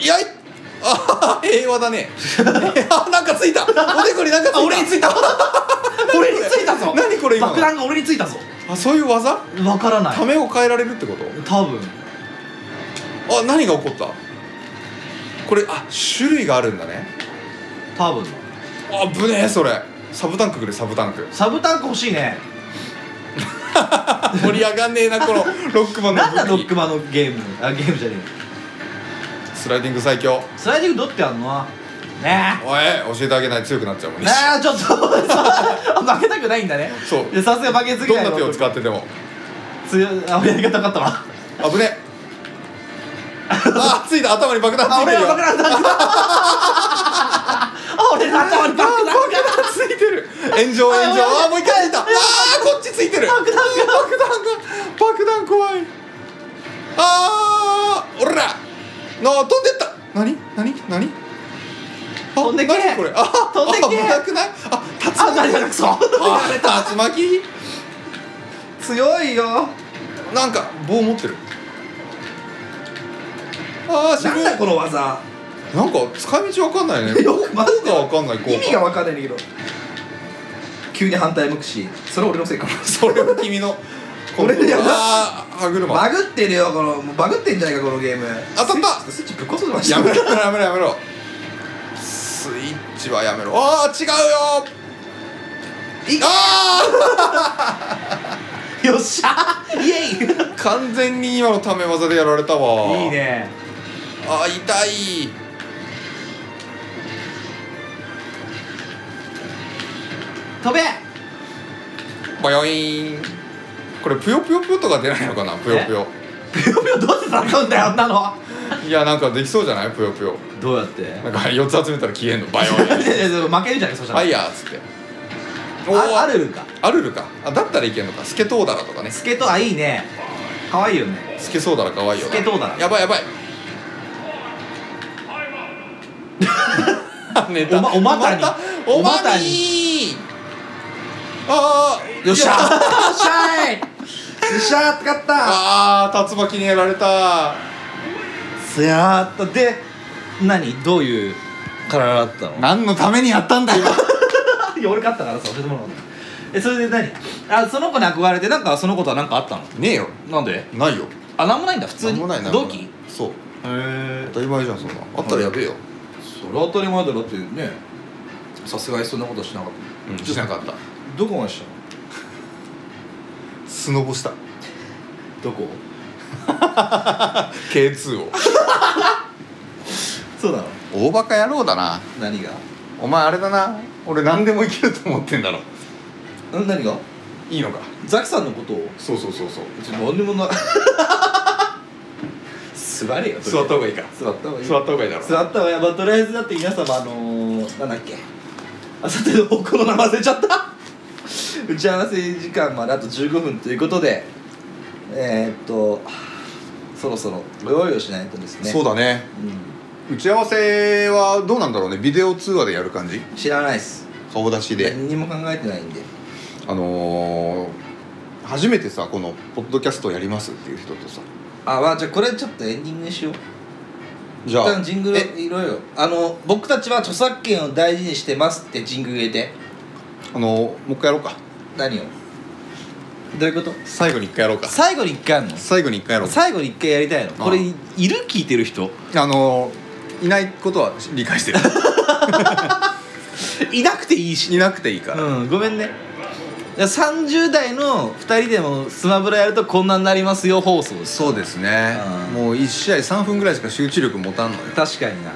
Speaker 2: やいあ平和だねあなんかついたおでこになんかついた俺についた
Speaker 8: [laughs] 俺についたぞ
Speaker 2: 何これ今の
Speaker 8: 爆弾が俺についたぞ
Speaker 2: あそういう技
Speaker 8: わからない
Speaker 2: ためを変えられるってこ
Speaker 8: 多分
Speaker 2: とあ何が起こったこれあ種類があるんだね
Speaker 8: 多分
Speaker 2: あぶねえそれサブタンクくれサブタンク [laughs]
Speaker 8: サブタンク欲しいね
Speaker 2: 盛り上がんねえな
Speaker 8: [laughs]
Speaker 2: このロックマンの
Speaker 8: なんだロ
Speaker 2: 武
Speaker 8: ッ
Speaker 2: 器
Speaker 8: クマンのゲームあゲームじゃねえ
Speaker 2: スライディング最強
Speaker 8: スライディングどってあんのはね
Speaker 2: おい教えてあげない強くなっちゃうもん
Speaker 8: え
Speaker 2: ね
Speaker 8: ねえちょっと [laughs] 負けたくないんだね
Speaker 2: そう
Speaker 8: いやさすが負けず
Speaker 2: どん
Speaker 8: 嫌い
Speaker 2: な
Speaker 8: の
Speaker 2: 手を使ってても
Speaker 8: 強いあやり方分かったわ
Speaker 2: 危ねえ
Speaker 8: [laughs]
Speaker 2: あついた頭に爆弾つ
Speaker 8: あ
Speaker 2: い
Speaker 8: 俺
Speaker 2: てる
Speaker 8: の
Speaker 2: よ
Speaker 8: 爆弾だあ俺の頭に爆弾が
Speaker 2: ついてる炎上炎上あーもう一回いたあーこっちついてる爆弾が爆弾が爆弾怖いあーおらなあ飛んでった何何何あ
Speaker 8: 飛んでけ
Speaker 2: 何これあ
Speaker 8: 飛んでけ
Speaker 2: 危なくないあ竜巻
Speaker 8: あ何だクソ
Speaker 2: あ竜巻
Speaker 8: 強いよ
Speaker 2: なんか棒持ってるあー渋
Speaker 8: なん
Speaker 2: い
Speaker 8: だこの技
Speaker 2: なんか使い道わかんない
Speaker 8: [laughs]
Speaker 2: ね
Speaker 8: よくマジで
Speaker 2: 効果わかんない効
Speaker 8: 意味が
Speaker 2: 果
Speaker 8: 分かんないんだけど急に反対向くしそれ俺のせいかも
Speaker 2: それは君のこれ
Speaker 9: これやば
Speaker 2: あー歯車
Speaker 9: バグってるよこのもうバグってんじゃないかこのゲーム
Speaker 2: 当たった
Speaker 9: スイッチぶっ壊そうとし
Speaker 2: や
Speaker 9: た
Speaker 2: めろやめろやめろスイッチはやめろああ違うよいあ
Speaker 1: よっしゃイエイ
Speaker 2: あ完全に今のため技でやられたわ
Speaker 1: いいね
Speaker 2: あー痛い
Speaker 1: 飛べ
Speaker 2: ボヨイーンこれぷよぷよぷよとか出ないのかなぷよぷよ
Speaker 1: ぷよぷよどうやって叩くんだよあんなの
Speaker 2: いやなんかできそうじゃないぷよぷよ
Speaker 1: どう [laughs] やって
Speaker 2: なんか4つ集めたら消えんのバ
Speaker 1: [laughs]
Speaker 2: ヨイン
Speaker 1: 負けるじゃないそした
Speaker 2: フ
Speaker 1: ら
Speaker 2: ァイヤーっつっておー
Speaker 1: ああるんか
Speaker 2: あるるかあだったらいけんのかスケトウダラとかね
Speaker 1: スケトあいいね可愛いよね
Speaker 2: スケソウダラかわいいよな
Speaker 1: スケトウダラ
Speaker 2: やばい [laughs] やばい寝
Speaker 1: おまおまたに
Speaker 2: お
Speaker 1: お
Speaker 2: ま
Speaker 1: ま
Speaker 2: た
Speaker 1: た
Speaker 2: にあー
Speaker 1: よっしゃよっしゃいよっしゃー勝った
Speaker 2: あー竜巻にやられた
Speaker 1: すやーっとで何どういう体だったの
Speaker 2: 何のためにやったんだよ
Speaker 1: いや俺勝ったからさ教えてもらおうえそれで何あその子に憧れてなんかその子とは何かあったの
Speaker 2: ねえよ
Speaker 1: なんで
Speaker 2: ないよ
Speaker 1: あなんもないんだ普通
Speaker 2: 何
Speaker 1: に
Speaker 2: もないな
Speaker 1: 同期へ
Speaker 2: そう
Speaker 1: え
Speaker 2: 当たり前じゃんそんなあったらやべえよ
Speaker 9: それは当たり前だろってね殺害そんなことしなかった
Speaker 2: うんしなかった
Speaker 9: どこがしたの
Speaker 2: スノボした
Speaker 1: どこ
Speaker 2: K2 を
Speaker 1: そうなの
Speaker 2: 大バカ野郎だな
Speaker 9: 何が
Speaker 2: お前あれだな俺何でもいけると思ってんだろ
Speaker 9: ん何が
Speaker 2: いいのか
Speaker 9: ザキさんのことを
Speaker 2: そうそうそうそう
Speaker 9: 別に何でもない [laughs] 座れよ
Speaker 2: 座った方がいいか
Speaker 9: 座った方がいい
Speaker 2: 座った方がいいだろ
Speaker 1: 座ったわやまあとりあえずだって皆様あのー、なんだっけあさての方向の名前忘れちゃった
Speaker 9: [laughs] 打ち合わせ時間まであと15分ということでえー、っとそろそろご用意をしないとですね
Speaker 2: そうだね
Speaker 9: う
Speaker 2: 打ち合わせはどうなんだろうねビデオ通話でやる感じ
Speaker 9: ん、知らないっす
Speaker 2: 顔出しで
Speaker 9: 何にも考えてないんで
Speaker 2: あのー、初めてさこの「ポッドキャストやります」っていう人とさ
Speaker 9: あまあじゃあこれちょっとエンディングにしよう
Speaker 2: じゃ
Speaker 9: 一
Speaker 2: あ
Speaker 9: 旦ジングル
Speaker 2: え
Speaker 9: いろいろあの僕たちは著作権を大事にしてますってジングル入れて
Speaker 2: あのー、もう一回やろうか
Speaker 9: 何をどういうこと
Speaker 2: 最後に一回やろうか
Speaker 1: 最後に一回あんの
Speaker 2: 最後に一回やろうか
Speaker 1: 最後に一回やりたいのこれいいる聞いてる人
Speaker 2: あのー、いないことは理解して
Speaker 1: [laughs]
Speaker 2: る
Speaker 1: いなくていいし
Speaker 2: いなくていいから、
Speaker 1: うんごめんねいや30代の2人でもスマブラやるとこんなになりますよ放送です
Speaker 2: そうですね
Speaker 1: うん
Speaker 2: もう1試合3分ぐらいしか集中力持たんのよ
Speaker 1: 確かにな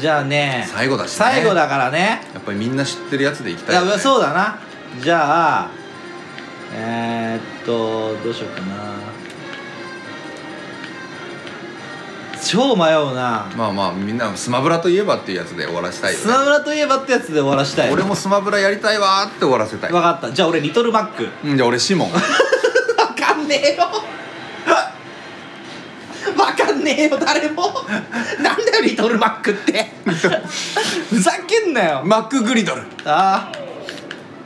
Speaker 1: じゃあね
Speaker 2: 最後だしね
Speaker 1: 最後だからね
Speaker 2: やっぱりみんな知ってるやつでいきた
Speaker 1: い
Speaker 2: い
Speaker 1: や
Speaker 2: よね
Speaker 1: そうだなじゃあえー、っとどうしようかな超迷うな、
Speaker 2: まあまあみんなスマブラといえばっていうやつで終わらせたいよね
Speaker 1: スマブラといえばってやつで終わらしたい
Speaker 2: 俺もスマブラやりたいわーって終わらせたい
Speaker 1: 分かったじゃあ俺リトルマック
Speaker 2: うんじゃあ俺シ [laughs] モン
Speaker 1: わかんねえよわかんねえよ誰もなんだよリトルマックってふざけんなよ
Speaker 2: マックグリドル
Speaker 1: あ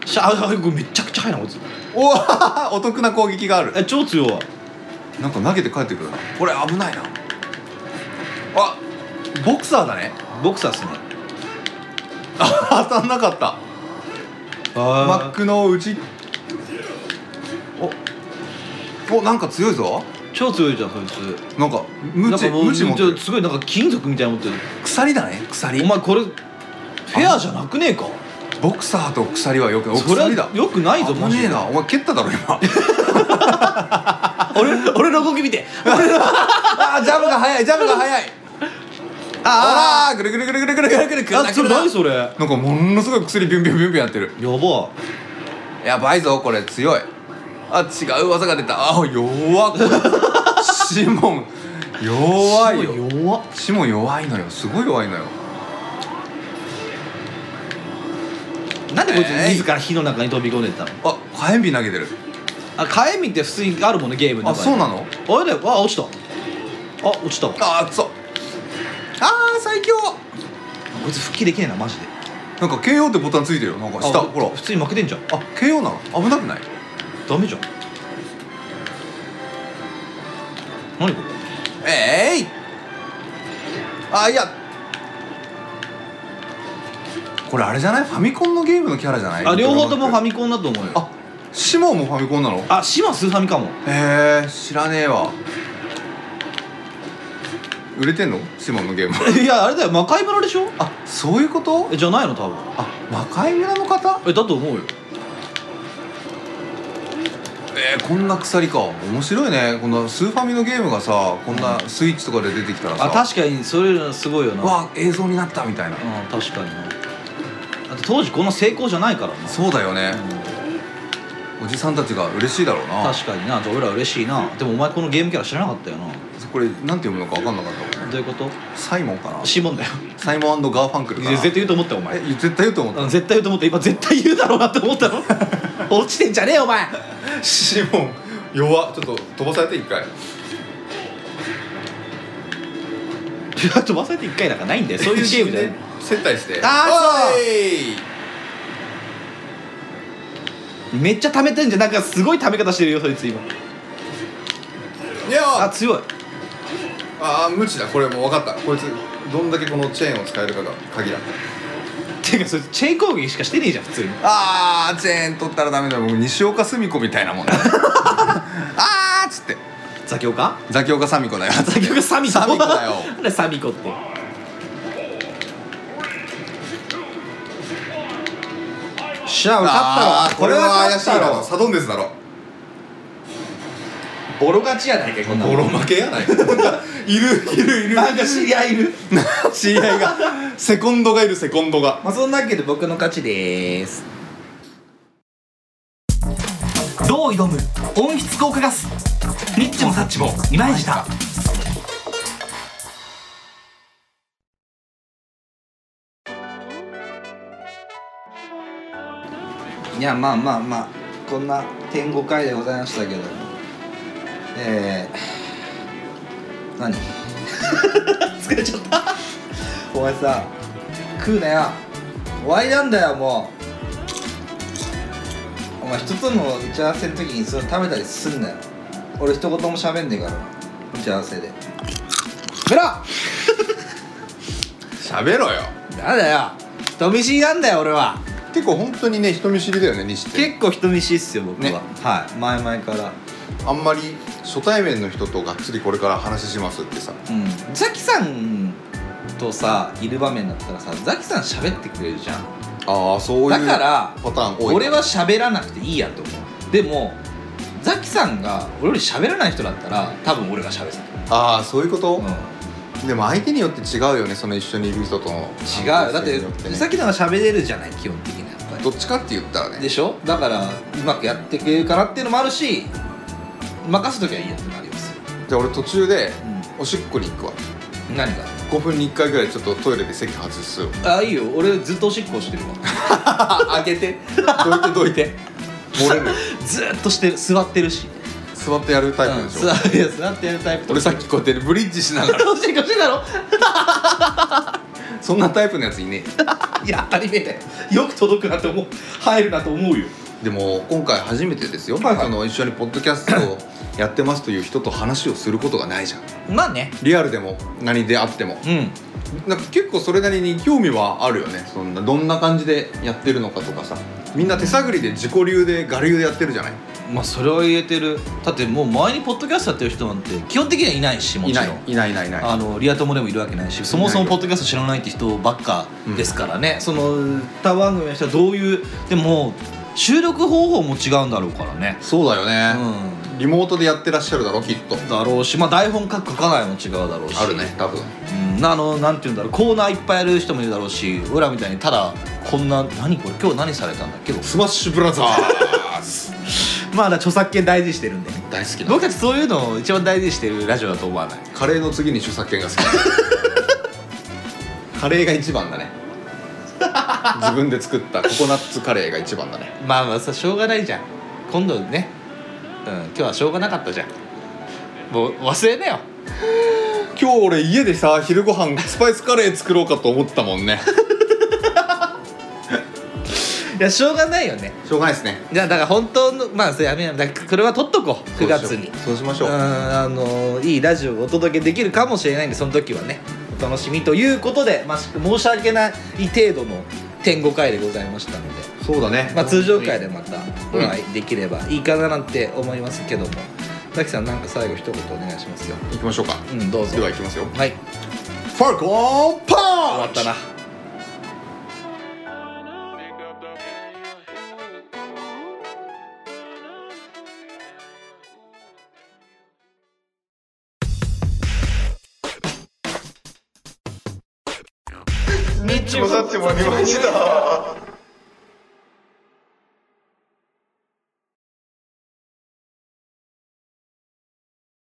Speaker 1: ーしゃああこれめちゃくちゃ速いなこいつ
Speaker 2: おおお得な攻撃がある
Speaker 1: え超強い
Speaker 2: なんか投げて帰ってくるなこれ危ないなあボクサーだね [laughs]
Speaker 1: ボクサーっすね
Speaker 2: あ当たんなかったマッ
Speaker 1: あ
Speaker 2: クのうちおおなんか強いぞ
Speaker 1: 超強いじゃんそいつ
Speaker 2: なんかムチ
Speaker 1: なんかもう
Speaker 2: ムチ持ってる
Speaker 1: ちょすごいなんか金属みたいなの持ってる
Speaker 2: 鎖だね鎖
Speaker 1: お前これフェアじゃなくねえか
Speaker 2: ボクサーと鎖はよくお
Speaker 1: それ
Speaker 2: 鎖だ
Speaker 1: はよくないぞマ
Speaker 2: 危
Speaker 1: ジ
Speaker 2: ねえ
Speaker 1: で
Speaker 2: なお前蹴っただろ今 [laughs]
Speaker 1: 俺俺の動き見て
Speaker 2: あジャブが速いジャブが速いああぐるぐるぐるぐるぐるぐるぐるぐる
Speaker 1: あそれ何それや
Speaker 2: なんかものすごい薬ビュンビュンビュンビュンやってる
Speaker 1: ば
Speaker 2: やばいぞこれ強いあ違う技が出たあ弱っこれシモン弱いよ
Speaker 1: 弱っ
Speaker 2: シモン弱いのよすごい弱いのよ
Speaker 1: なんでこいつ
Speaker 2: えい
Speaker 1: 自ら火の中に飛び込んでったの
Speaker 2: あ火炎瓶投げてる
Speaker 1: あ火炎瓶って普通にあるもんねゲームの
Speaker 2: あ
Speaker 1: 中
Speaker 2: そうなの
Speaker 1: のあれだよあ落ちたあ落ちたわこ
Speaker 2: あーくそあー最強
Speaker 1: いつ復帰できねえなマジで
Speaker 2: なんか KO ってボタンついてるよなんか下
Speaker 1: あ
Speaker 2: ほら
Speaker 1: 普通に負けてんじゃん
Speaker 2: あ KO なの危なくない
Speaker 1: ダメじゃん何これ
Speaker 2: えいあいやこれあれじゃないファミコンのゲームのキャラじゃない
Speaker 1: あ両方ともファミコンだと思うよ
Speaker 2: あシモンもファミコンなのへ
Speaker 5: あ島スーファミかも
Speaker 1: [laughs]
Speaker 2: え知らねえわ売れてんのシモンのゲーム
Speaker 5: いやあれだよ魔界村でしょ
Speaker 2: あそういうこと
Speaker 5: えじゃないの多分
Speaker 2: あ魔界村の方
Speaker 5: えだと思うよ
Speaker 2: えー、こんな鎖か面白いねこのスーファミのゲームがさこんなスイッチとかで出てきたらさ、
Speaker 5: あ確かにそれすごいよな
Speaker 2: わあ映像になったみたいな、
Speaker 5: うん確かになあと当時この成功じゃないからな
Speaker 2: そうだよね、おじさんたちが嬉しいだろうな
Speaker 5: 確かになじゃあ俺ら嬉しいなでもお前このゲームキャラ知らなかったよな
Speaker 2: これなんて読むのか分かんなかった
Speaker 5: どういうこと
Speaker 2: サイモンかな
Speaker 5: シモンだよ
Speaker 2: サイモンガーファンクルかな
Speaker 5: 絶対言うと思ったよお前
Speaker 2: え絶対言うと思った
Speaker 5: うん絶対言うと思った今絶対言うだろうなって思った [laughs] の落ちてんじゃねえよお前
Speaker 2: シモン弱ちょっと飛ばされて一回
Speaker 5: いや飛ばされて1回なんかないんだよそういうゲームだよ
Speaker 2: 接待して
Speaker 5: あーそう
Speaker 2: おい
Speaker 5: [laughs] めっちゃ溜めてんじゃんなんかすごい溜め方してるよそいつ今
Speaker 2: いや
Speaker 5: あ
Speaker 2: あ
Speaker 5: 強い
Speaker 2: あー無知だこれもう分かったこいつどんだけこのチェーンを使えるかが鍵だ
Speaker 5: ていうかそいつチェーン攻撃しかしてねえじゃん普通に
Speaker 2: あーチェーン取ったらダメだ僕西岡澄子みたいなもんだ [laughs] あーっつって
Speaker 5: ザキオカ
Speaker 2: ザキオカサミコだよ
Speaker 5: ザキオカサミコ
Speaker 2: サミコだよ
Speaker 5: [laughs] なんでサミコってしゃあ
Speaker 2: あ
Speaker 5: 勝ったわ
Speaker 2: ーこれは怪
Speaker 5: 勝
Speaker 2: し
Speaker 5: っ
Speaker 2: い
Speaker 5: た
Speaker 2: だ
Speaker 5: わ
Speaker 2: ろサドンデスだろ
Speaker 5: ボロ勝ちやないかいこんな
Speaker 2: ボ
Speaker 5: の
Speaker 2: ロ負けや [laughs] ないいるいるいる
Speaker 5: なんか知り合いいる
Speaker 2: 知り合いがセコンドがいるセコンドが
Speaker 5: まあそんなわけで僕の勝ちでーす
Speaker 10: どう挑む温室効果ガスニッチもサッチも二枚舌
Speaker 1: いやまあまあまあこんな天5回でございましたけどえー、何 [laughs] 疲れちゃったお前さ食うなよ終わりなんだよもうお前人との打ち合わせの時にそれ食べたりすんなよ俺一言も喋んねえから打ち合わせで
Speaker 5: ブラ
Speaker 2: 喋ろよ
Speaker 5: なんだよ人見知りなんだよ俺は
Speaker 2: 結構本当にね人見知りだよね西って
Speaker 5: 結構人見知りっすよ僕は、
Speaker 2: ね
Speaker 1: はい前々から
Speaker 2: あんまり初対面の人とがっつりこれから話しますってさ
Speaker 1: うんザキさんとさいる場面だったらさザキさん喋ってくれるじゃん
Speaker 2: ああそういう
Speaker 1: だから
Speaker 2: パターン多い
Speaker 1: 俺は喋らなくていいやと思うでもザキさんが俺より喋らない人だったら多分俺が喋ってる、
Speaker 2: ああそういうこと
Speaker 1: う、ん、違
Speaker 2: でも相手によって違うよねその一緒にいる人との
Speaker 1: うよだって
Speaker 2: 関係性によ
Speaker 1: ザ
Speaker 2: ね
Speaker 1: キの方が喋れるじゃない基本的にはやっぱ
Speaker 2: どっちかって言ったら
Speaker 1: り
Speaker 2: ね
Speaker 1: でしょだからうまくやってくれるかなっていうのもあるし任す時はいいやってなりますよ、
Speaker 2: じゃあ俺途中でおしっこに行くわ
Speaker 1: うん、何が
Speaker 2: 5分に1回ぐらいちょっとトイレで席外すよ
Speaker 1: あいいよ俺ずっとおしっこして [laughs] るわ
Speaker 2: あ開けて [laughs] どいてどいて漏れる
Speaker 1: ずーっとしてる座ってるし
Speaker 2: 座ってやるタイプでしょ、
Speaker 1: うん座いや座ってやるタイプと
Speaker 2: 俺さっきこうやってブリッジしながら
Speaker 1: おしっこしてたろ
Speaker 2: そんなタイプのやついね
Speaker 1: いや当たり前だよよく届くなって思う入るなと思うよ
Speaker 2: えでも今回初めてですよ、その一緒にポッドキャストをやってますという人と話をすることがないじゃん
Speaker 1: まあね
Speaker 2: リアルでも何であっても
Speaker 1: うん
Speaker 2: なんか結構それなりに興味はあるよねそんなどんな感じでやってるのかとかさみんな手探りで自己流で我流でやってるじゃない
Speaker 1: まあそれは言えてるだってもう前にポッドキャストやってる人なんて基本的にはいないしも
Speaker 2: い
Speaker 1: ちろ
Speaker 2: なんいいないいないいない
Speaker 1: あのリア友でもいるわけないしそもそもポッドキャスト知らないって人ばっかですからね、その歌番組の人はどういうでも収録方法も違うんだろうからね
Speaker 2: そうだよ
Speaker 1: う
Speaker 2: ね、
Speaker 1: ん
Speaker 2: リモートでやってらっしゃるだろきっと
Speaker 1: だろうしまあ台本書く書かないも違うだろうし
Speaker 2: あるね多分
Speaker 1: うん、あのなんて言うんだろうコーナーいっぱいやる人もいるだろうし俺らみたいにただこんな何これ今日何されたんだっけど
Speaker 2: スマッシュブラザ
Speaker 1: [laughs]
Speaker 2: ーズ
Speaker 5: まあだから著作権大事にしてるんでね
Speaker 2: 大好きな
Speaker 1: 僕たちそういうのを一番大事にしてるラジオだと思わない
Speaker 2: カレーの次に著作権が [laughs] 好きカレーが一番 [laughs] だね自分で作ったココナッツカレーが一番だね
Speaker 1: まあまあさしょうがないじゃん今度ね、うん、今日はしょうがなかったじゃんもう忘れなよ
Speaker 2: 今日俺家でさ昼ご飯スパイスカレー作ろうかと思ったもんね
Speaker 1: いやしょうがないよね
Speaker 2: [laughs] しょうがないですね
Speaker 1: じゃあだから本当のまあそれやめやめだからこれは取っとこう9月に
Speaker 2: そうしまし
Speaker 1: う
Speaker 2: ょ
Speaker 1: ん
Speaker 2: う
Speaker 1: あのいいラジオをお届けできるかもしれないんでその時はねお楽しみということで、まあ、申し訳ない程度の天5回でございましたので、
Speaker 2: そうだね
Speaker 1: まあ、通常回でまたお
Speaker 2: うん
Speaker 1: 会いできればいいかななんて思いますけども滝さんなんか最後一言お願いしますよ
Speaker 2: 行きましょうか
Speaker 1: うんどうぞ
Speaker 2: では行きますよ
Speaker 1: はい
Speaker 2: ファルコンパ
Speaker 1: 終わ
Speaker 2: ン
Speaker 1: っ
Speaker 2: チ
Speaker 1: たな
Speaker 11: にっちもさっちもありました